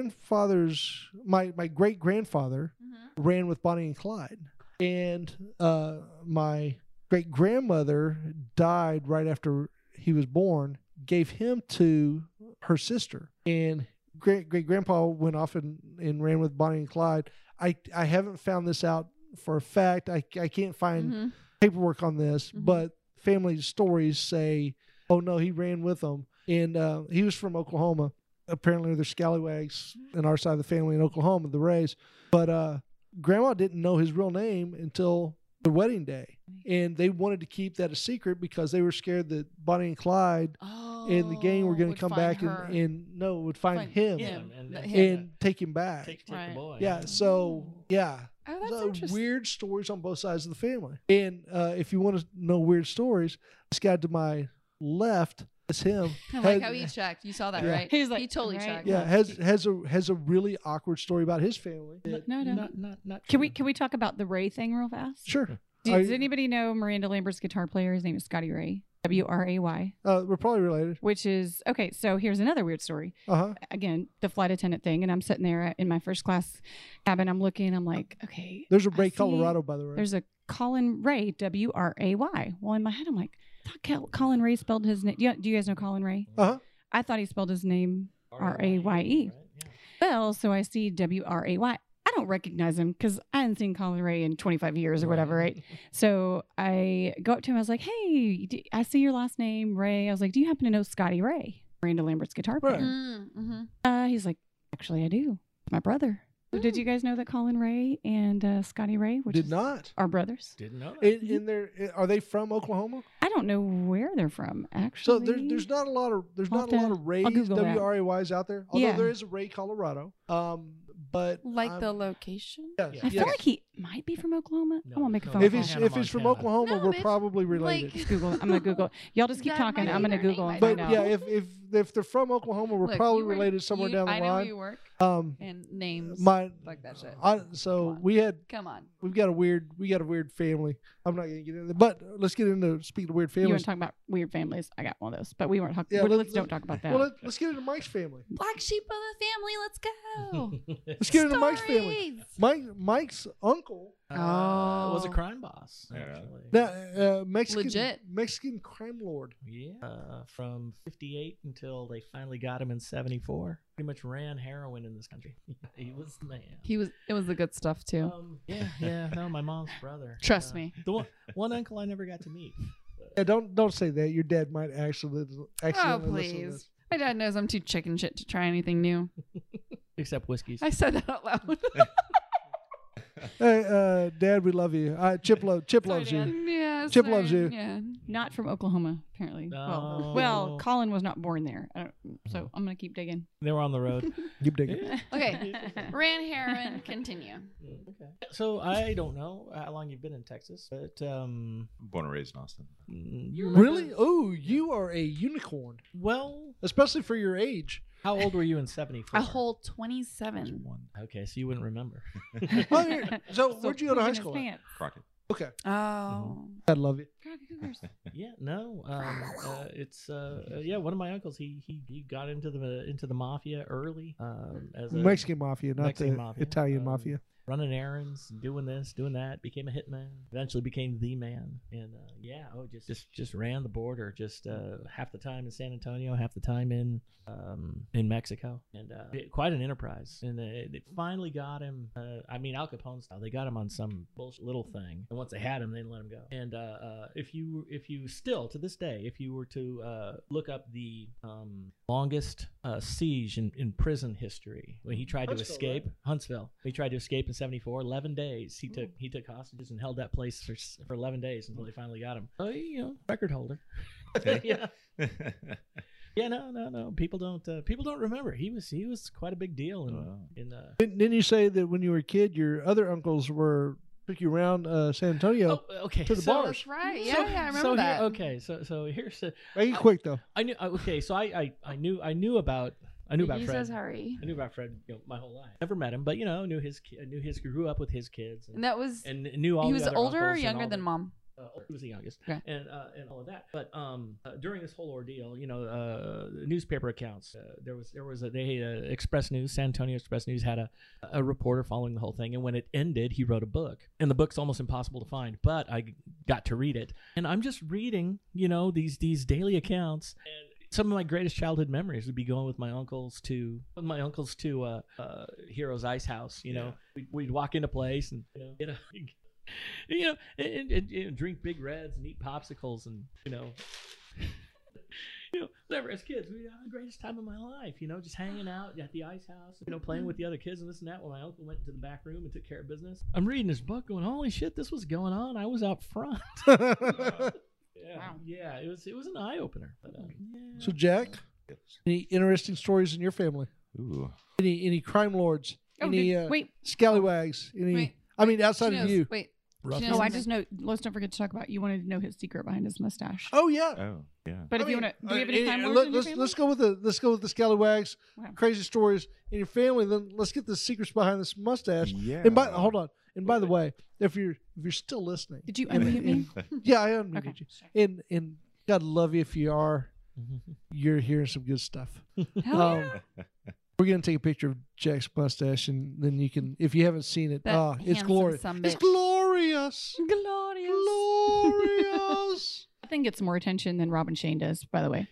grandfather's, my, my great grandfather Mm-hmm. ran with Bonnie and Clyde. And uh, my great grandmother died right after he was born, gave him to her sister. And great great grandpa went off and, and ran with Bonnie and Clyde. I, I haven't found this out for a fact. I, I can't find Mhm. paperwork on this, Mhm. but family stories say, oh no, he ran with them. And uh, he was from Oklahoma. Apparently, there's scallywags in our side of the family in Oklahoma, the Rays. But uh, grandma didn't know his real name until the wedding day. And they wanted to keep that a secret because they were scared that Bonnie and Clyde Oh, and the gang were going would to come find back her. and, and no, would find, Find him, him. and, Let and, him. and take him back. take, take Right. the boy. Yeah. So, yeah oh, that's the interesting. weird stories on both sides of the family. And uh, if you want to know weird stories, this guy to my left, that's him. I like Has- how he checked. You saw that, Yeah. right? He's like, he totally right. checked. yeah, has has a has a really awkward story about his family. No, no. Not, not, not Can we true. can we talk about the Ray thing real fast? Sure. Are Does you- anybody know Miranda Lambert's guitar player? His name is Scotty Ray. W R A Y. Uh, we're probably related. Which is okay. So here's another weird story. Uh huh. Again, the flight attendant thing, and I'm sitting there in my first class cabin. I'm looking. I'm like, okay. There's a I Ray, see- Colorado, by the way. There's a Colin Ray. W R A Y. Well, in my head, I'm like, I thought Col- Colin Ray spelled his name. Do, you- do you guys know Colin Ray? Uh huh. I thought he spelled his name R-A-Y-E, R-A-Y-E. right? Yeah. Well, so I see W R A Y. I don't recognize him because I hadn't seen Colin Ray in 25 years or whatever, right? So I go up to him. I was like, "Hey, d- I see your last name Ray." I was like, "Do you happen to know Scotty Ray, Miranda Lambert's guitar player?" Right. Mm-hmm. Uh, he's like, "Actually, I do. My brother." So Did you guys know that Colin Ray and uh, Scotty Ray, which Did is- not. are brothers? Didn't know that. *laughs* In, in there, eh, are they from Oklahoma? I don't know where they're from. So Actually, there's there's not a lot of there's I'll not a lot have to- of Rays I'll Google that. W R A Ys out there. Although Yeah. there is a Ray, Colorado. Um, but Like I'm- the location. yes, I I feel yes. like he might be from Oklahoma. No, I won't make a no, phone if call. he's Hannah if he's from Montana. Oklahoma, No, we're bitch. probably related. Like- Google. I'm gonna Google. Y'all just keep That talking. might I'm be gonna their Google. name, and I But find don't out. yeah, if if if they're from Oklahoma, we're Look, probably you were- related somewhere you- down the I know where line. you work Um, and names. my Fuck that shit. I, so Come on. we had Come on. we've got a weird we got a weird family. I'm not gonna get into, but let's get into speaking of weird You want families. to talk about weird families? I got one of those, but we weren't talking. Yeah, well, let's- let's, don't talk about that. well, let, let's get into Mike's family. Black sheep of the family. Let's *laughs* go. *laughs* Let's get into Mike's family. Mike Mike's uncle, Uh, was a Oh. crime boss. Yeah. actually. that uh, Mexican Legit. Mexistory crime lord. Yeah, uh, from 58 until they finally got him in 74. Pretty much ran heroin in this country. *laughs* he was the man. He was. It was the good stuff too. um, yeah, yeah. No, my mom's brother. Trust Uh, me. The one, one uncle I never got to meet. Yeah, don't don't say that. Your dad might actually Oh accidentally listen to please. My dad knows I'm too chicken shit to try anything new. Except whiskeys. I said that out loud. this. Hey, uh, Dad, we love you. Uh, Chip lo- Chip loves you. yeah. Chip sorry. loves you. *laughs* Yeah. Not from Oklahoma, apparently. Well, No. well, Colin was not born there, I don't, so I'm gonna keep digging. They were on the *laughs* road. Keep digging. Yeah. *laughs* *laughs* Okay. Ran heroin. Continue. Okay. So I don't know how long you've been in Texas, but um, Born and raised in Austin. mm, you remember- Really? Oh, you are a unicorn, Well, especially for your age. how old were you in '74? A whole It's 27. one Okay, so you wouldn't remember. Oh, you're- so, So where'd you go to pooping high his school? at? pants. Crockett. Okay. Oh. I love it. yeah, no, um, uh, it's uh, uh, yeah. One of my uncles, he he, he got into the into the mafia early um, as a Mexican mafia, not Mexican the mafia, Italian um, mafia. running errands, doing this, doing that. Became a hitman. Eventually became the man. And uh, yeah, oh, just just just ran the border. Just uh, half the time in San Antonio, half the time in um, in Mexico, and uh, it- quite an enterprise. And they, they finally got him. Uh, I mean, Al Capone style. They got him on some bullshit little thing, and once they had him, they let him go. And uh, uh, if you if you still to this day, if you were to uh, look up the um, longest uh, siege in, in prison history, when he tried to Huntsville, escape Huntsville, he tried to escape in '74. Eleven days he took he took hostages and held that place for s- for eleven days until they finally got him. Oh, you know, record holder. yeah. Yeah, no, no, no. People don't uh, people don't remember. He was he was quite a big deal in in uh, Didn't, didn't you say that when you were a kid, your other uncles were took you around uh, San Antonio? Oh, okay. To the so- bars. That's right. Yeah, so- yeah, I remember so here- that. okay, so so here's the. Make it quick though. *laughs* I knew. I- Okay, so I, I I knew I knew about I knew about He Fred. says hurry. I knew about Fred you know, my whole life. Never met him, but you know knew his ki- knew his grew up with his kids. And that was and knew all. He the was other older or uncles and younger all than the- mom? uh, he was the youngest, Okay. and uh, and all of that. But um, uh, during this whole ordeal, you know, uh, the newspaper accounts. Uh, there was there was a they uh, Express News, San Antonio Express News had a a reporter following the whole thing, and when it ended, he wrote a book, and the book's almost impossible to find. But I got to read it, and I'm just reading, you know, these these daily accounts, some of my greatest childhood memories would be going with my uncles to with my uncles to uh, uh, Heroes Ice House. You know, we'd, we'd walk into place and you know, get a, *laughs* you know, and, and, and drink big reds and eat popsicles and you know, *laughs* you know, whatever. As kids, we had the greatest time of my life. You know, just hanging out at the ice house, you know, playing with the other kids and this and that. While my uncle went to the back room and took care of business. I'm reading this book, going, "Holy shit, this was going on! I was out *laughs* front." yeah, yeah, it was it was an eye opener. But, uh, So Jack, any interesting stories in your family? *laughs* Ooh. Any any crime lords? Oh, any uh, uh, did- wait. scallywags? Any? Wait, I mean, outside She of knows. you. Wait. she Ruffles? knows- Oh, I just know. Let's not forget to talk about. You wanted to know his secret behind his mustache. Oh yeah. Oh yeah. But if you mean, want to, do we have uh, any and- time and lords let, in your us family? let's go with the let's go with the scallywags, Wow. crazy stories in your family. Then let's get the secrets behind this mustache. Yeah. And by hold on. And by the way, if you're if you're still listening, Did you and- unmute me? and- *laughs* yeah, I unmuted Okay, you. sure. And and God love you if you are. You're hearing some good stuff. Um, Hell yeah. We're gonna take a picture of Jack's mustache, and then you can, if you haven't seen it, That oh, it's handsome glorious! son It's bitch. glorious, Glorious. *laughs* glorious. I think it's more attention than Robin Shane does. By the way.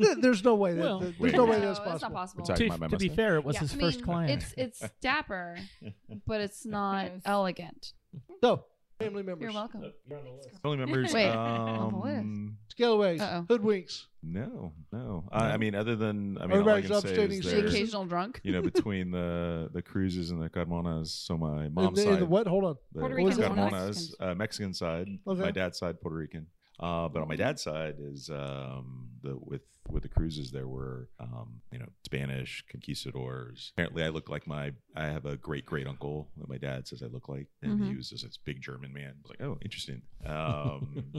Th- there's no way that, Well, that- *laughs* there's no wait. way that's *laughs* No, it's not possible. possible. We're talking to, about my to be mustache. fair, it was Yeah, his I first mean, *laughs* client. It's *laughs* it's dapper, but it's not Yes. elegant. So, family members, You're welcome. *laughs* Family members. Wait, um, Scalaways, Uh-oh. hoodwinks. no, no. I, I mean, other than I mean, Everybody's all I can say upstanding is The There's- there, citizens. occasional drunk. you know, between the the cruises and the Carmonas. So my And mom's the, side, and the what? Hold on. the Puerto Ricans Got or Monas, Mexicans? uh, Mexican side. Okay. My dad's side, Puerto Rican. Uh, but on my dad's side is um, the with with the cruises there were um, you know Spanish conquistadors. Apparently, I look like my I have a great great uncle that my dad says I look like, and Mm-hmm. he was just this big German man. I was like, oh, interesting. *laughs* Um,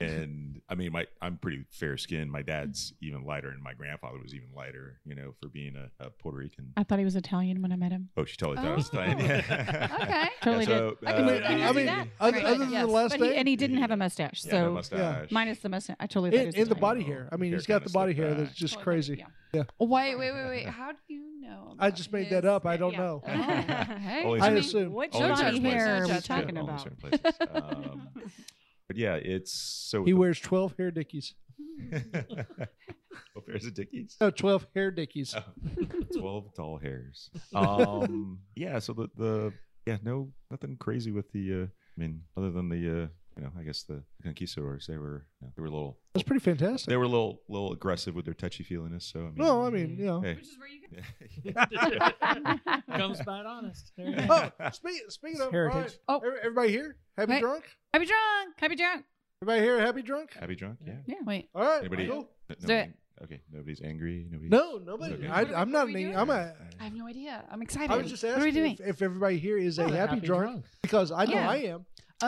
and I mean, my I'm pretty fair skinned. My dad's Mm-hmm. even lighter, and my grandfather was even lighter. You know, for being a, a Puerto Rican. I thought he was Italian when I met him. Oh, she totally thought I was Oh. *laughs* Italian. *laughs* Yeah. Okay. Totally Yeah, so, did. I can uh, see that. I I can see mean, that. other, Right, other than yes. the last But he, name, and he didn't have a mustache, Yeah, so the mustache. minus the mustache. I totally thought he and, was and the Italian. body hair. I mean, Hair he's got kinda the body slicked hair back. that's just Totally crazy. did, yeah. Wait, wait, wait, wait. How do you know? I about just made his- that up. I don't yeah. know. Oh, *laughs* hey, Always I mean, is. assume. What Only body certain places. hair are we Yeah, Judge. talking only about? certain places. *laughs* Um, but yeah, it's so. He the- *laughs* wears 12 hair dickies. Oh, pairs of dickies. *laughs* No, 12 hair Oh. dickies. Twelve tall *laughs* hairs. Um, yeah. So the the yeah no nothing crazy with the. Uh, I mean, other than the uh, you know I guess the conquistadors they were you know, they were a little That's pretty fantastic. they were a little little aggressive with their touchy feeliness. So I mean. No, I mean, you know. hey. Which is where you get *laughs* *laughs* Comes by it honest. There you go. Oh, speak, speaking of Heritage. Brian, Oh. ev- everybody here? Happy Wait. drunk? Happy drunk. Happy drunk. Everybody here happy drunk? Happy drunk? Yeah. Yeah. Wait. All right. Anybody- Cool. No- do it. Okay. Nobody's angry. Nobody. Uh, No, nobody. Okay. I, What are I'm we- not what are an we angry. doing? I'm a. I have no idea. I'm excited. I was just What are we asking doing? if, if everybody here is a Well, happy, drunk, because I know Yeah. I am. oh,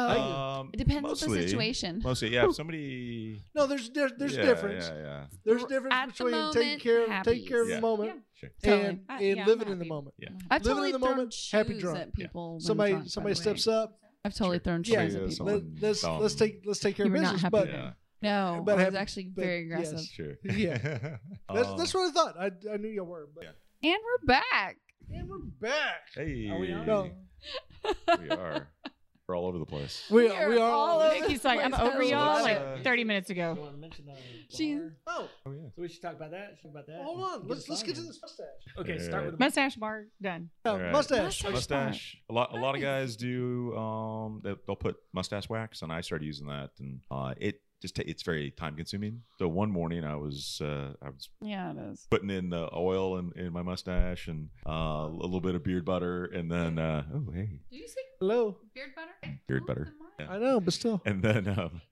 Um, it depends on mostly- the situation. Mostly, yeah. If somebody, No, there's there's, there's yeah, difference. Yeah, yeah. There's We're difference at the between taking moment care of taking care of happies. the moment Sure. Totally. and, Uh, I- and yeah, I'm living in the happy. moment. Yeah. I've Living in totally the thrown moment, happy shoes drunk. at people. when somebody drunk, by somebody the way. steps up I've totally thrown chairs at people. Let, us dumb. let's take let's take care You of were not business. happy But there. No, But I was have- actually but very yes. aggressive. Sure. *laughs* *laughs* Um, Yeah. that's that's what I thought. I, I knew you were. But And we're back. and we're back. Hey. Are we on? No. We are. We're all over *laughs* the place. We, we are are, we are all all over over. Nikki's like, I'm Let's over go. y'all Let's, like uh, 30 minutes ago. want to mention that? She's- Oh, Oh yeah. So we should talk about that. Talk about that. hold on. Let's let's get to this mustache. Okay, Yeah. start with the Mustache bar done. No, All right. Mustache. Mustache. mustache. A lot, a lot of Nice. guys do. Um, they, they'll put mustache wax, and I started using that, and uh, it just ta- it's very time consuming. So one morning I was uh, I was Yeah, it is. putting in the oil in, in my mustache and uh, a little bit of beard butter, and then uh, oh hey, Do you say Hello. beard butter? Beard butter. Yeah. I know, but *laughs* still. and then um,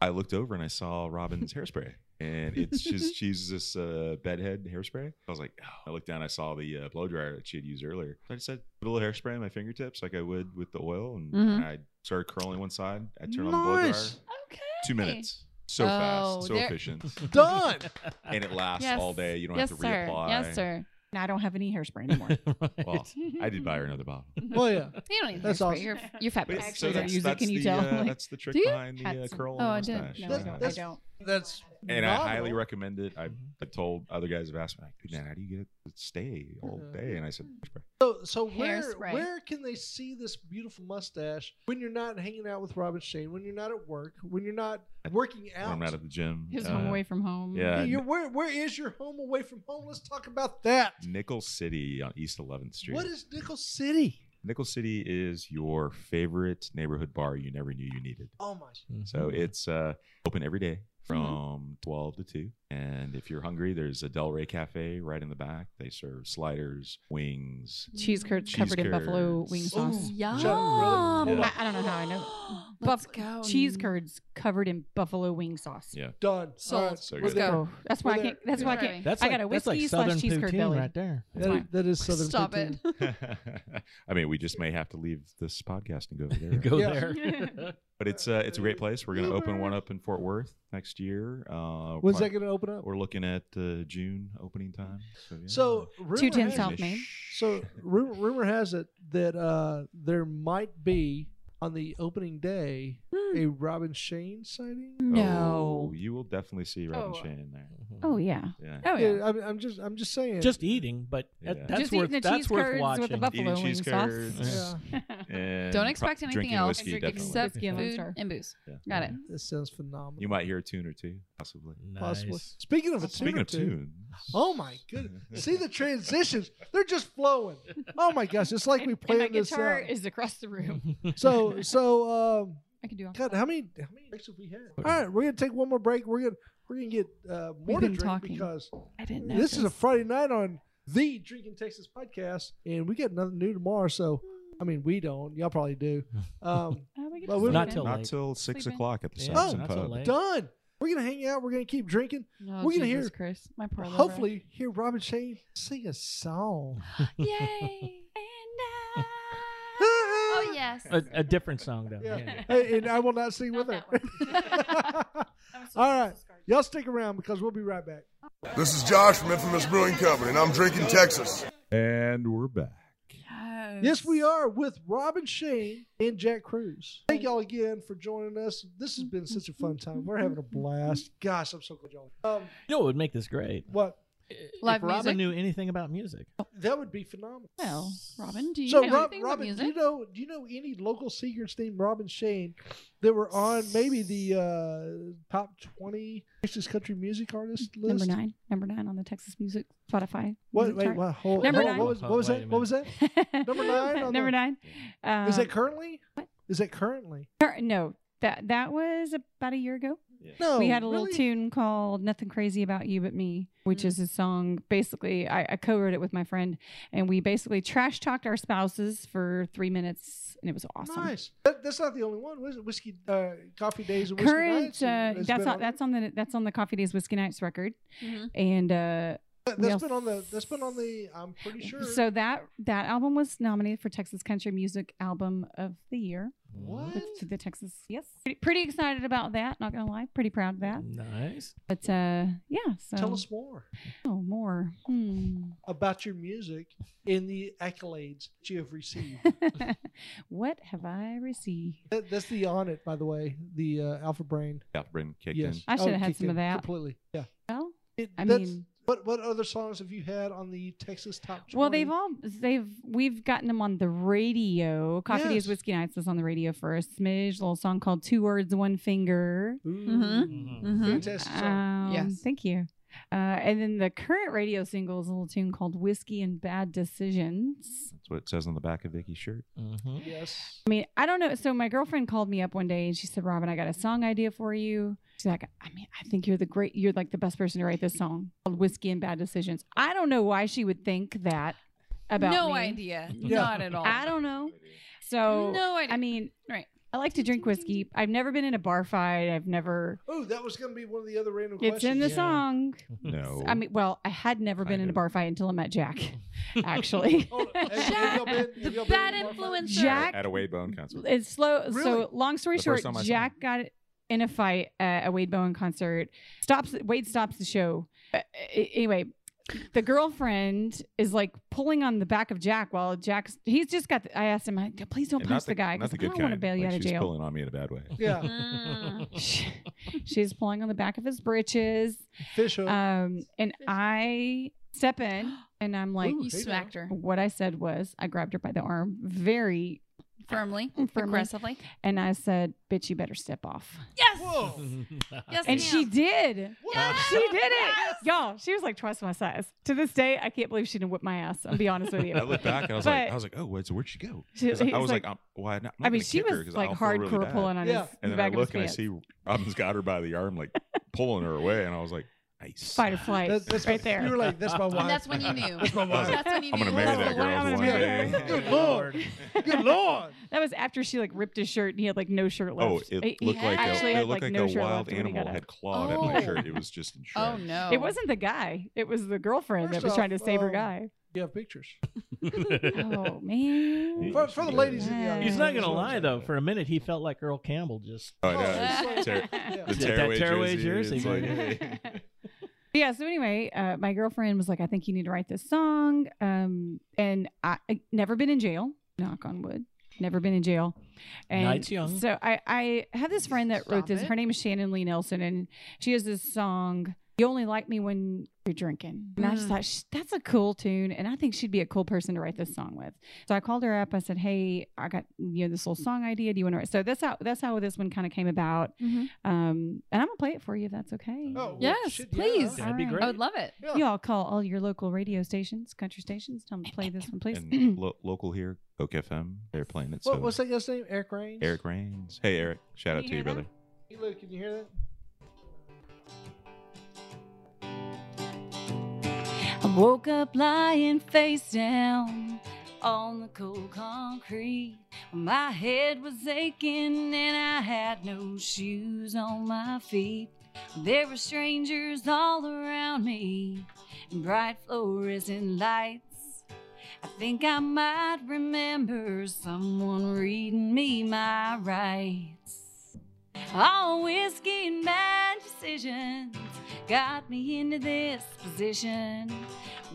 I looked over and I saw Robin's hairspray. And it's *laughs* just she uses this uh, bedhead hairspray. I was like, oh. I looked down, I saw the uh, blow dryer that she had used earlier. So I just said, put a little hairspray on my fingertips, like I *gasps* would with the oil, and Mhm. I started curling one side. I turned on the blow dryer. Nice. Okay. Two minutes, so Oh, fast, so there- *laughs* efficient, Done. *laughs* and it lasts Yes. all day. You don't yes, have to sir. reapply. Yes, sir. And I don't have any hairspray *laughs* anymore. Well, I did buy her another bottle. well, yeah. *laughs* You don't need That's hairspray. awesome. You're, you're fabulous. it's- so Actually, I that's, use it, that's can the, you tell? *laughs* Uh, Like, that's the trick do you? behind the Had uh, some. curl. Oh, I and the didn't. mustache. No, I That- Yeah. don't. I that's- don't. That's And I highly novel. recommend it. I've, I've told other guys have asked me, like, man, how do you get it to stay all Yeah. day? And I said, "Hairspray." So, so where Hairspray. where can they see this beautiful mustache when you're not hanging out with Robin Shane, when you're not at work, when you're not working when out? I'm out at the gym. His uh, home away from home. yeah. You're- where, where is your home away from home? Let's talk about that. Nickel City on East 11th Street. What is Nickel City? Nickel City is your favorite neighborhood bar you never knew you needed. Oh my! Mm-hmm. So it's uh, open every day Mm-hmm. from 12 to 2. And if you're hungry, there's a Del Rey Cafe right in the back. They serve sliders, wings. Cheese curds Cheese covered in buffalo curds. wing Oh, Ooh. sauce. Yum. Shut up, brother. Yeah. I, I don't know how *gasps* I know. Let's Buff- oh, go. Cheese curds covered in buffalo wing sauce. Yeah. Done. Sold. All right. So We're good. there. Oh, that's why I We're can't. there. That's why I can't. Driving. That's I like, got a that's like whiskey slash Southern cheese curd poutine belly. right there. That is, that is southern. Stop poutine. it. *laughs* I mean, we just may have to leave this podcast and go over *laughs* there. Go Yeah. there. *laughs* But it's uh, it's a great place. We're going to open Uber. one up in Fort Worth next year. Uh, When's probably- that going to open up? We're looking at uh, June opening time. So, yeah. Oh, So rumor Two ten has- South Main. So rumor, rumor has it that uh, there might be on the opening day Hmm. a Robin Shane sighting. Oh, No. you will definitely see Robin Oh. Shane in there. *laughs* Oh yeah. Yeah. Oh yeah. I'm, I'm just I'm just saying. Mm-hmm. Just eating, but that- Yeah. that's Just eating worth the that's cheese worth curds watching. with the buffalo Eating wing cheese sauce. curds. yeah, *laughs* and Don't pro- expect anything drinking else whiskey, definitely. except Whiskey and Lone food Star. and booze. Yeah. Got it. that sounds phenomenal. You might hear a tune or two, possibly. Possibly. Nice. Speaking of a Speaking tune or of two- tunes, Oh my goodness! See the transitions? They're just flowing. Oh my gosh! It's like we and my planned this guitar out. is across the Mm. room. *laughs* *laughs* So so um, I *laughs* can do all. God, how many how many breaks have we had? All right, we're gonna take one more break. We're gonna we're gonna get uh, more to been drink talking. because I didn't know. this is a Friday night on the Drinking Texas podcast, and we got nothing new tomorrow. So I mean, we don't. Y'all probably *laughs* do. Um, Oh, we could Well, just we're leave Not it. till- *laughs* not late. till six Sleeping. o'clock at the Yeah, Saxon not till Pub. late. done. We're gonna hang out. We're gonna keep drinking. No, We're Oh, gonna Jesus hear- Christ. My poor little Hopefully, hear Robin Shane sing a song. rat. Yay. and I. *laughs* *laughs* Oh, yes. A, a different song though. Yeah. *laughs* Yeah. Hey, and I will not sing with her. *laughs* All right. Y'all stick around because we'll be right back. This is Josh from Infamous Brewing Company, and I'm drinking Texas. And we're back. Yes, we are with Robin Shane and Jack Cruz. Thank y'all again for joining us. This has been such a fun time. We're having a blast. Gosh, I'm so glad y'all. Um, You know what would make this great? what? Live if music? Robin knew anything about music. That would be phenomenal. Well, Robin, do you So, know Rob, anything about Robin, music? do you know do you know any local singers named Robin Shane that were on maybe the uh, top twenty Texas country music artist list? Number nine. Number nine on the Texas Music Spotify. What? music Wait, chart. what? Hold, Number hold- nine. What was, what was Wait a that? What was that? *laughs* Number nine on Number the- nine. Um, Is that currently? what? Is that currently? cur- no, that that was about a year ago. No. we had a little Oh, really? Mm. tune called "Nothing Crazy About You But Me," which is a song. Basically, I, I co-wrote it with my friend, and we basically trash talked our spouses for three minutes, and it was awesome. Nice. That, that's not the only one. Was it whiskey, uh, coffee days, and whiskey Current, nights? uh, and it's that's been Mm-hmm. on, that's on the that's on the Coffee Days Whiskey Nights record, Mhm. and uh, That- We That's also- been on the. That's been on the. I'm pretty sure. So that that album was nominated for Texas Country Music Album of the Year. Mm-hmm. What? With- To the Texas, yes. Pretty, pretty excited about that. Not gonna lie, pretty proud of that. Nice. But uh, yeah. So Mm. Tell us more Oh, more. Hmm. about your music and the accolades that you *laughs* have received. what have I received? That, that's the on it, by the way. The uh, Alpha Brain. Alpha Brain kicked yes. Oh, in. I should have had kicked some of in that. Completely. Yeah. Well, It, I that's- mean- what what other songs have you had on the Texas Top 20? Well, they've all they've we've gotten them on the radio. Coffee Yes. Days Whiskey Nights is on the radio for a smidge. Little song called Two Words, One Finger. Ooh, Mm-hmm. Fantastic song. Um, Yes. Thank you. Uh, and then the current radio single is a little tune called Whiskey and Bad Decisions. That's what it says on the back of Vicky's shirt. Mm-hmm. yes. I mean, I don't know. So my girlfriend called me up one day and she said, "Robin, I got a song idea for you." She's like, "I mean, I think you're the great. You're like the best person to write this song called Whiskey and Bad Decisions." I don't know why she would think that about no me. idea. Yeah. Not at all. I don't know. So No idea. I mean, Right. I like to drink whiskey. I've never been in a bar fight. I've never. Oh, that was going to be one of the other random It's in questions. the Yeah. song. Hmm. No. I mean, well, I had never been Kind in a of. bar fight until I met *laughs* Jack, actually. Oh, *laughs* have- have y'all been- the have y'all been bad to a bar fight? influencer. Jack- at a Waybone concert. it's slow. Really? So, long story The first short, time I saw Jack got in a fight at a Wade Bowen concert. Stops. Wade stops the show. Uh, a- anyway. The girlfriend is like pulling on the back of Jack while Jack's. He's just got. The, I asked him, like, please don't And punch not the, guy because not the I good don't want to kind. bail you Like, out of she's jail. pulling on me in a bad way. Yeah, Mm-hmm. *laughs* Mm. *laughs* She- she's pulling on the back of his britches. fish hook. Uh, Um, and I step in and I'm like, Ooh, you hey smacked her what I said was, I grabbed her by the arm very, firmly, Firmly. aggressively. and I said, Bitch, you better step off. Yes. Whoa. Yes, And she ma'am. did. What? She did it. Yes. Y'all, she was like twice my size. To this day, I can't believe she didn't whip my ass. I'll be honest with *laughs* I you. looked back and I was like, But- I was like, oh, wait, so where'd she go? *laughs* She- 'Cause I- he's I was like- like, I'm, why not? I'm not I mean, gonna she kick her was 'cause like I'll feel hardcore really bad. pulling on Yeah. his And the then I back of look his and I pants. see Robin's got her by the *laughs* arm, like pulling her away, and I was like, nice. fight or flight That- that's right You there. were like, that's my *laughs* wife. And that's *laughs* when you knew. *laughs* That's my wife. That's when you I'm knew. gonna marry That's that the girl one. one Yeah. day. Good lord. *laughs* Good lord. That was after she like ripped his shirt and he had like no shirt Oh, left. it He- he looked like actually a, had, it looked like, no a shirt wild left when he animal got up. had clawed at my Oh. shirt. It was just in Oh shreds. no! It wasn't the guy. It was the girlfriend First that was trying to off, save her um, guy. You have pictures. *laughs* Oh *laughs* man. For, for the ladies in the audience. He's not gonna that's what I'm lie saying. though. For a minute, he felt like Earl Campbell just Oh, I know. Oh, *laughs* it's like- Ter- yeah. The That- that tearaway, tearaway jersey. jersey. It's like, yeah. So anyway, uh, my girlfriend was like, "I think you need to write this song." Um, and I, I never been in jail. Knock on wood. Never been in jail. And Night's young. So I, I have this friend that wrote Stop this. it. Her name is Shannon Lee Nelson, and she has this song. You only like me when you're drinking. And I just Mm. thought, "Sh- that's a cool tune. And I think she'd be a cool person to write this song with. So I called her up. I said, hey, I got, you know, this little song idea. Do you want to write? So that's how, that's how this one kind of came about. Mhm. Um, and I'm gonna play it for you if that's okay. Oh, well, Yes, shit, please. Yeah. *laughs* That'd be Alright. great. I would love it. Yeah. You all call all your local radio stations, country stations, tell them to play this one, please. and lo- local here, Oak FM, they're playing it. So What, what's that guy's name? Eric Rains? Eric Rains. Hey, Eric. Shout Can out you to you, hear that? brother. Hey, Luke, can you hear that? I woke up lying face down on the cold concrete. My head was aching and I had no shoes on my feet. There were strangers all around me and bright fluorescent lights. I think I might remember someone reading me my rights. All whiskey and bad decisions got me into this position.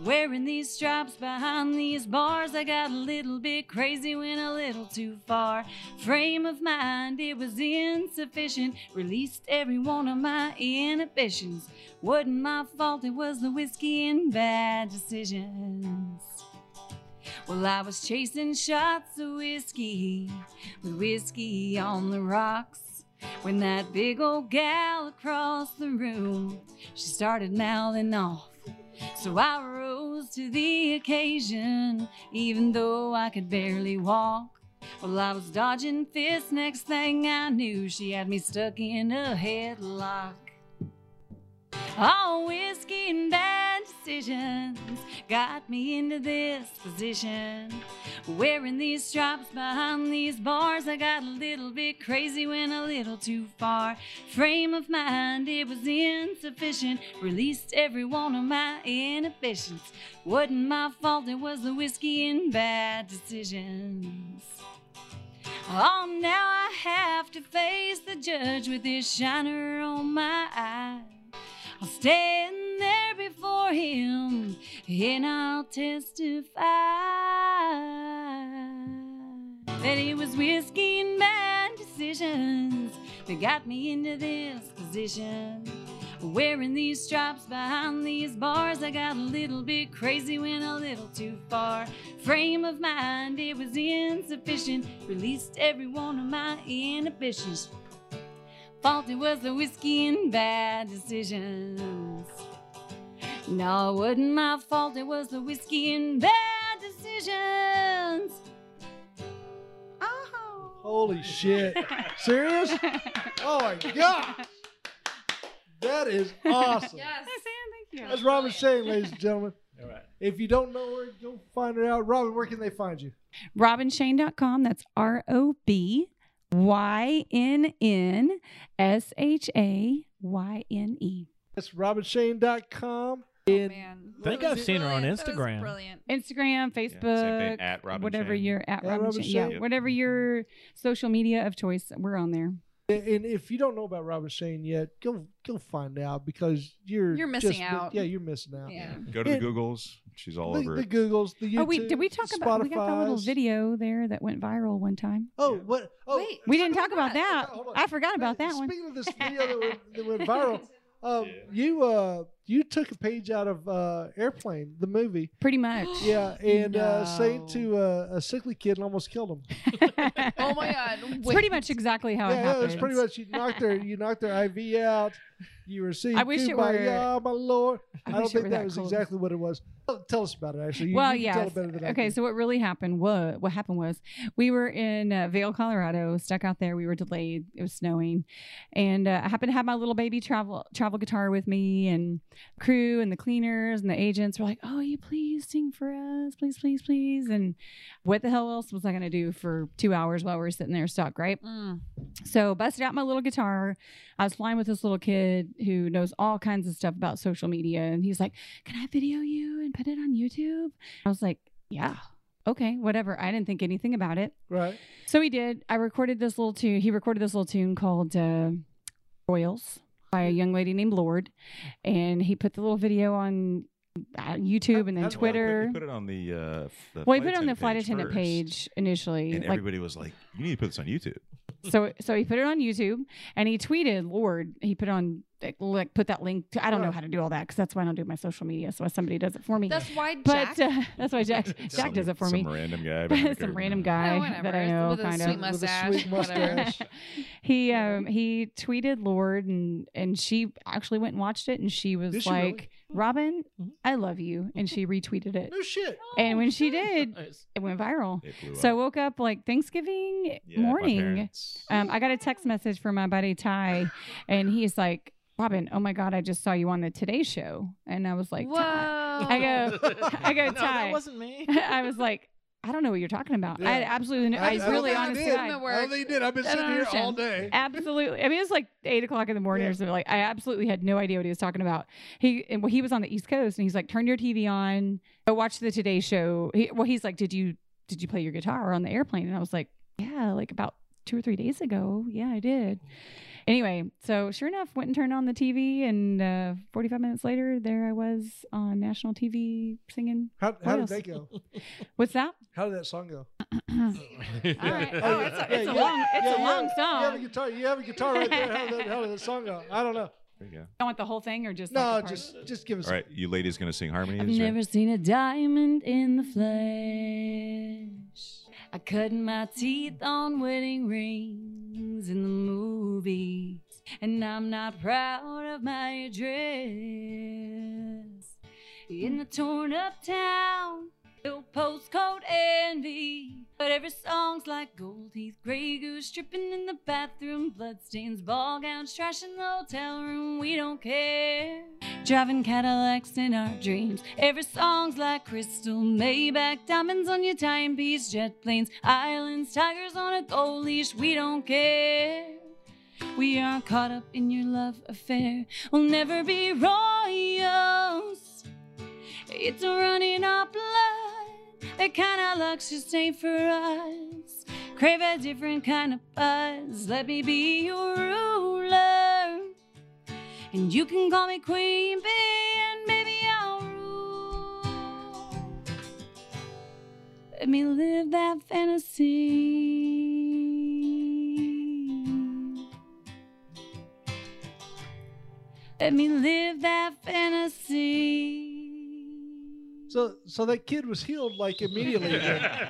Wearing these stripes behind these bars, I got a little bit crazy, went a little too far. Frame of mind, it was insufficient. Released every one of my inhibitions. Wasn't my fault, it was the whiskey and bad decisions. Well, I was chasing shots of whiskey, with whiskey on the rocks. When that big old gal across the room, she started mouthing off. So I rose to the occasion, even though I could barely walk. Well, I was dodging fists, next thing I knew, she had me stuck in a headlock. All whiskey and bad decisions got me into this position. Wearing these stripes behind these bars, I got a little bit crazy, went a little too far. Frame of mind, it was insufficient. Released every one of my inhibitions. Wasn't my fault, it was the whiskey and bad decisions. Oh, now I have to face the judge with his shiner on my eye. I'll stand there before him and I'll testify that it was whiskey and bad decisions that got me into this position. Wearing these stripes behind these bars, I got a little bit crazy, went a little too far. Frame of mind, it was insufficient, released every one of my inhibitions. Faulty was the whiskey and bad decisions. No, it wasn't my fault, it was the whiskey and bad decisions. *laughs* Holy shit. Serious? Oh my god. That is awesome. Yes. Thank you. That's Robin Shane, ladies and gentlemen. All right. If you don't know her, go find her out. Robin, where can they find you? robinshane.com. That's R O B Y N N S H A Y N E. That's robinshane.com. Oh, man. I think I've seen her on Instagram. Brilliant. Instagram, Facebook, at Robin whatever Shane. your at, At Robin, Robin Shane. Yeah, Shane. Mm-hmm. Yep. whatever your social media of choice, we're on there. And if you don't know about Robin Shane yet, go go find out because you're You're missing just- out. Yeah, you're missing out. Yeah. Go *laughs* to the It- Googles. She's all the, over the it. Googles, the YouTube. oh, we did we talk about we got that little Spotifys. video there that went viral one time. Oh, what? Oh, Wait. We didn't talk about I that. forgot- hold on. I forgot about Hey, that one. Speaking of this video that went, that went viral, *laughs* um, you uh, you took a page out of uh, Airplane, *gasps* the movie. Pretty *gasps* much. Yeah, and uh, No. saved to uh, a sickly kid and almost killed him. Oh my god. It's wait. pretty much exactly how yeah, it yeah, happened. was pretty much you knocked their you knocked their IV out. You were seeing I wish it were- "Kumbaya, my lord. I, I don't wish it think were that, that was close. exactly what it was. Tell- Tell us about it. Actually, you, well, you yeah. can tell it better than I okay, can. so what really happened? What what happened was we were in uh, Vail, Colorado, stuck out there. We were delayed. It was snowing, and uh, I happened to have my little baby travel travel guitar with me, and crew and the cleaners and the agents were like, "Oh, will you please sing for us, please, please, please." And what the hell else was I gonna do for two hours while we were sitting there stuck, right? Mm. So busted out my little guitar. I was flying with this little kid who knows all kinds of stuff about social media, and he's like, "Can I video you and put it on YouTube?" I was like, "Yeah, okay, whatever." I didn't think anything about it. right? So he did. I recorded this little tune. He recorded this little tune called uh, "Royals" by a young lady named Lord, and he put the little video on uh, YouTube and How- then how- well, he put- Twitter. He put it on the. Uh, f- the Well, he flight put it on the attendant flight page attendant first, page initially. and like, everybody was like, "You need to put this on YouTube." *laughs* so so he put it on YouTube and he tweeted, Lord, he put on like, like put that link. To, I don't know Right. how to do all that because that's why I don't do my social media. So somebody does it for me. That's why Jack. but uh, *laughs* that's why *laughs* Jack Jack Some- does it for some me. random *laughs* guy. behind the But some curtain. random Eh, Oh, guy whatever. that I know, with a kind sweet of. mustache. sweet Whatever. mustache. *laughs* He um he tweeted Lord and and she actually went and watched it and she was Did she really? like, Robin, Mhm. I love you, and she retweeted *laughs* it. No shit. And when she did, Nice. It went viral. It blew So I up. woke up like Thanksgiving Yeah, my morning. parents- Um, I got a text message from my buddy *laughs* Ty, and he's like, Robin, oh my God, I just saw you on the Today Show. And I *laughs* was like, Whoa. "Ty." *laughs* I go, *laughs* I go, no, Ty. that wasn't me. *laughs* I was like, I don't know what you're talking about. I Yeah. absolutely, no, I, I- I really don't honestly, think I I, did. work. they did. I've been I don't understand. day. absolutely. I mean, it was like eight o'clock in the morning Yeah. or something. Like, I absolutely had no idea what he was talking about. He, and well, he was on the East Coast, and he's like, turn your TV on, go watch the Today Show. He, well, he's like, did you, did you play your guitar on the airplane? And I was like, yeah, like about two or three days ago. Yeah, I did. Anyway, so sure enough, went and turned on the TV, and uh, 45 minutes later, there I was on national TV singing. How, how did else? they go? What's *laughs* that? *clears throat* How did that song go? All right. Yeah. Oh, it's a, Yeah, it's a yeah, long, it's yeah, a long you have- You have a song. guitar. You have a guitar right there. How did that, how did that song go? I don't know. There you go. I want the whole thing or just No, like the just just give us. All right, you ladies gonna sing harmonies? I've or- never seen a diamond in the flesh. I cut my teeth on wedding rings in the movies, and I'm not proud of my address. In the torn up town, Little postcode envy. But every song's like gold teeth, gray goose dripping in the bathroom, bloodstains, ball gowns, trash in the hotel room. We don't care. Driving Cadillacs in our dreams. Every song's like crystal Maybach, diamonds on your timepiece, jet planes, islands, tigers on a gold leash. We don't care. We aren't caught up in your love affair. We'll never be royals. It's running in our blood. That kind of luck's just ain't for us. Crave a different kind of buzz. Let me be your ruler. And you can call me Queen Bee, and maybe I'll rule. Let me live that fantasy. Let me live that fantasy. So, so that kid was healed like *laughs* immediately. then. *laughs*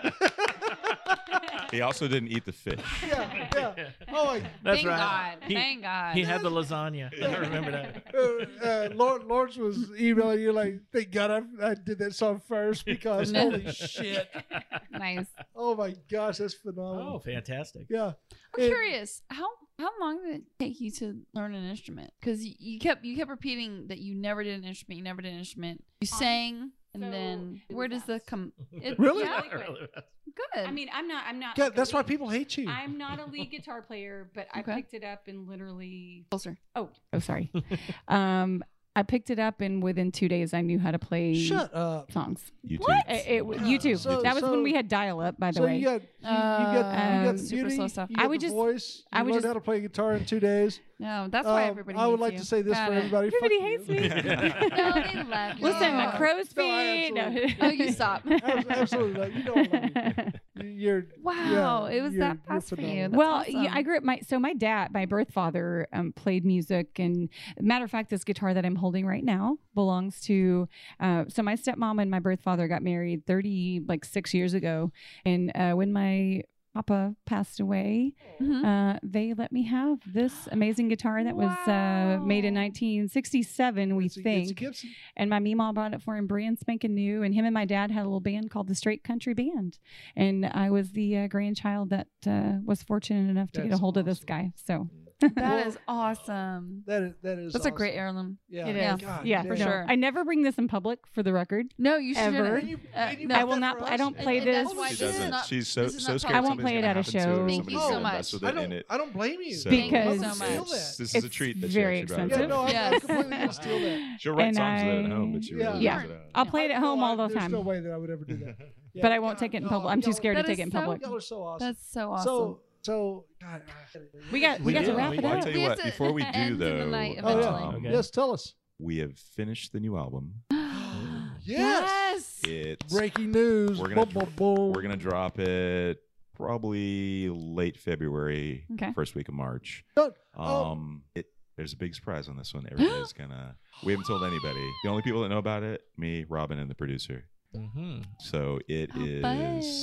He also didn't eat the fish. yeah, yeah. Oh, I, *laughs* That's Thank right. God. Thank God. He had the lasagna. I remember that. uh, uh, Lord, Lawrence was emailing you like, "Thank God I, I did that song first *laughs* because holy shit! *laughs* nice. Oh my gosh, that's phenomenal. Oh, fantastic. Yeah. I'm curious how how long did it take you to learn an instrument? Because you, you kept you kept repeating that you never did an instrument. You never did an instrument. You Um, sang, and so then where does the *laughs* come? Really? Good. I mean, I'm not. I'm not. Yeah, like a that's why lead- people hate you. I'm not a lead guitar player, but I Okay. picked it up and literally. Closer. Oh, oh, *laughs* sorry. um, I picked it up and within two days I knew how to play. Shut up. Songs. YouTube. What? It, it, Wow. YouTube. So- that was when we so- had dial up, by the so way. you got you, you got, you got Um, the super beauty, slow stuff. You I got would the just- voice. I you would learned just- how to play guitar in two days. No, that's why everybody Um, I would hates like you. to say this Got for it. *laughs* everybody. Everybody Fuck hates you. me. No, they love *laughs* you. Listen, my crow's No, feet. No. absolutely. *laughs* Oh, you stop. Abs- Absolutely, not. you don't love me. You're Wow, yeah, it was you're- that you're fast for you. phenomenal. That's well, awesome. yeah, I grew up. My so my dad, my birth father, um, played music, and matter of fact, this guitar that I'm holding right now belongs to. Uh, so my stepmom and my birth father got married 30 like six years ago, and uh, when my papa passed away, Mhm. uh, they let me have this amazing guitar that was uh, made in 1967, we a- it's a think. Gibson. And my mima bought it for him, brand spanking new. And him and my dad had a little band called the Straight Country Band. And I was the uh, grandchild that uh, was fortunate enough to get a That's hold of this guy. So That is awesome. That is that is. That's a great heirloom. Yeah. It Yeah. is. God yeah, damn. for no, sure. I never bring this in public for the record. No, you should. Ever. Uh, And you- uh, and you no. put I will that not- for I us? don't And- play and that's this. why She this is doesn't. not- She's so this is so not scared. I won't something's play it gonna at a happen to her, show. Thank you somebody's so gonna- That's much. what I they don't. in it. I don't blame you. So Thank you so it's- much. it's- This is It's a treat that she very actually brought Yeah, expensive. it no, up. I, Yeah. am completely gonna steal that. She'll write And songs of that at home, I- but she Yeah. really Yeah. loves it out. I'll *laughs* play it at I- no, home I- all the there's time. no way that I would ever do that. Yeah, But I won't God, take it in no, public. I'm too y'all- scared to That take it is in so public. Y'all are so awesome. That's so awesome. *gasps* So *gasps* so. God, I- We got we, We got do. to wrap We- it I up. tell you We what, have to before we do, end in the though, night um, Oh yeah. Okay. Yes, tell *gasps* us. we have finished the new album. Yes. It's Breaking news. We're gonna Boom, boom, boom. we're gonna drop it probably late February, Okay. first week of March. Good. Oh. Um, it there's a big surprise on this one. *gasps* Everybody's gonna. We haven't told anybody. The only people that know about it, me, Robin, and the producer. Mm-hmm. So it Oh, is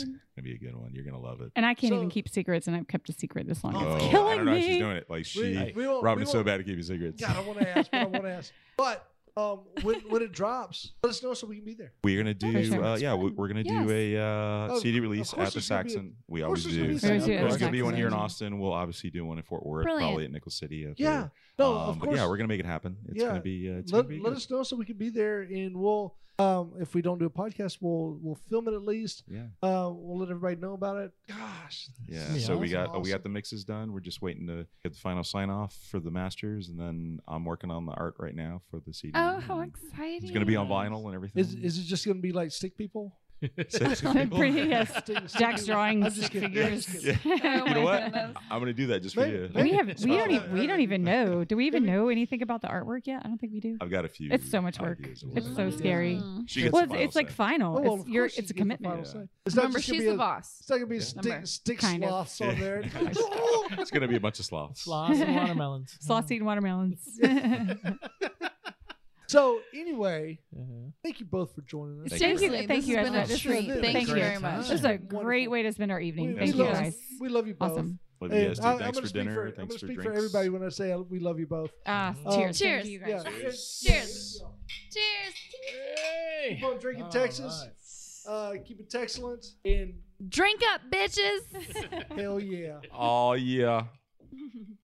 fun. gonna be a good one. You're gonna love it. And I can't So- even keep secrets, and I've kept a secret this long. Oh, it's I killing don't know how she's me. oh, doing it. Like We, she, we won't, Robin we is so won't- bad at keeping secrets. God, I want to ask, but I want to *laughs* ask. But um, when, when it drops, let us know so we can be there. We're gonna for do. sure. Uh, yeah, we- we're gonna Yes. do a uh, Oh, Of- CD release course at the there's gonna be a- Saxon. we of always course there's gonna do. be a We always do it Saxon. at There's the gonna be one here in Saxon. Austin. We'll obviously do one in Fort Worth, Brilliant. probably at Nickel City. up Yeah. there. No, Um, of but course. Yeah, we're gonna make it happen. It's Yeah. gonna be. Uh, it's let, gonna be let good. us know so we can be there, and we'll um, if we don't do a podcast, we'll we'll film it at least. Yeah. Uh, we'll let everybody know about it. Gosh. this Yeah. is So we got awesome. uh, we got the mixes done. We're just waiting to get the final sign off for the masters, and then I'm working on the art right now for the CD. oh, how and exciting! It's gonna be on vinyl and everything. Is *laughs* is it just gonna be like stick people? Six I'm *laughs* people. pretty oh *laughs* yes. Stick- stick Jack's people. drawing I'm just stick kidding. I'm *laughs* figures. just kidding. *laughs* Yeah. Oh You my know what? goodness. I'm gonna do that just Maybe- for you. maybe- We have we don't Awesome. even we don't even know. Do we even *laughs* know anything about the artwork yet? I don't think we do. I've got a few. It's so much work. ideas of what It's I'm so gonna do. scary. Mm. She gets well, the it's, final it's like say. final. Oh, well, it's of you're, it's course she a gets the final commitment. Yeah. say. It's not Remember, just gonna she's be the a- boss. It's not gonna be Yeah. Remember. stick, stick Kind of. sloths *laughs* on there. It's gonna be a bunch of sloths. Sloths and watermelons. Sloth eating *laughs* watermelons. so anyway, Uh-huh. thank you both for joining us. Thank you. Seriously, Thank you this guys has for been a this. treat. This is Thank you great very time. much. *laughs* this is a Wonderful. great way to spend our We, evening. we Thank you love, guys. We love you both. Awesome. Love you And guys too. I, am Thanks gonna for speak dinner. for, I'm Thanks gonna for speak drinks. for everybody when I say I, we love you both. Ah, Um, Oh. cheers. Thank Cheers. you guys. Yeah. Cheers. Cheers. Keep on drinking All Texas. right. Uh, keep it excellent and *laughs* Drink up, bitches. hell yeah. *laughs* Oh yeah.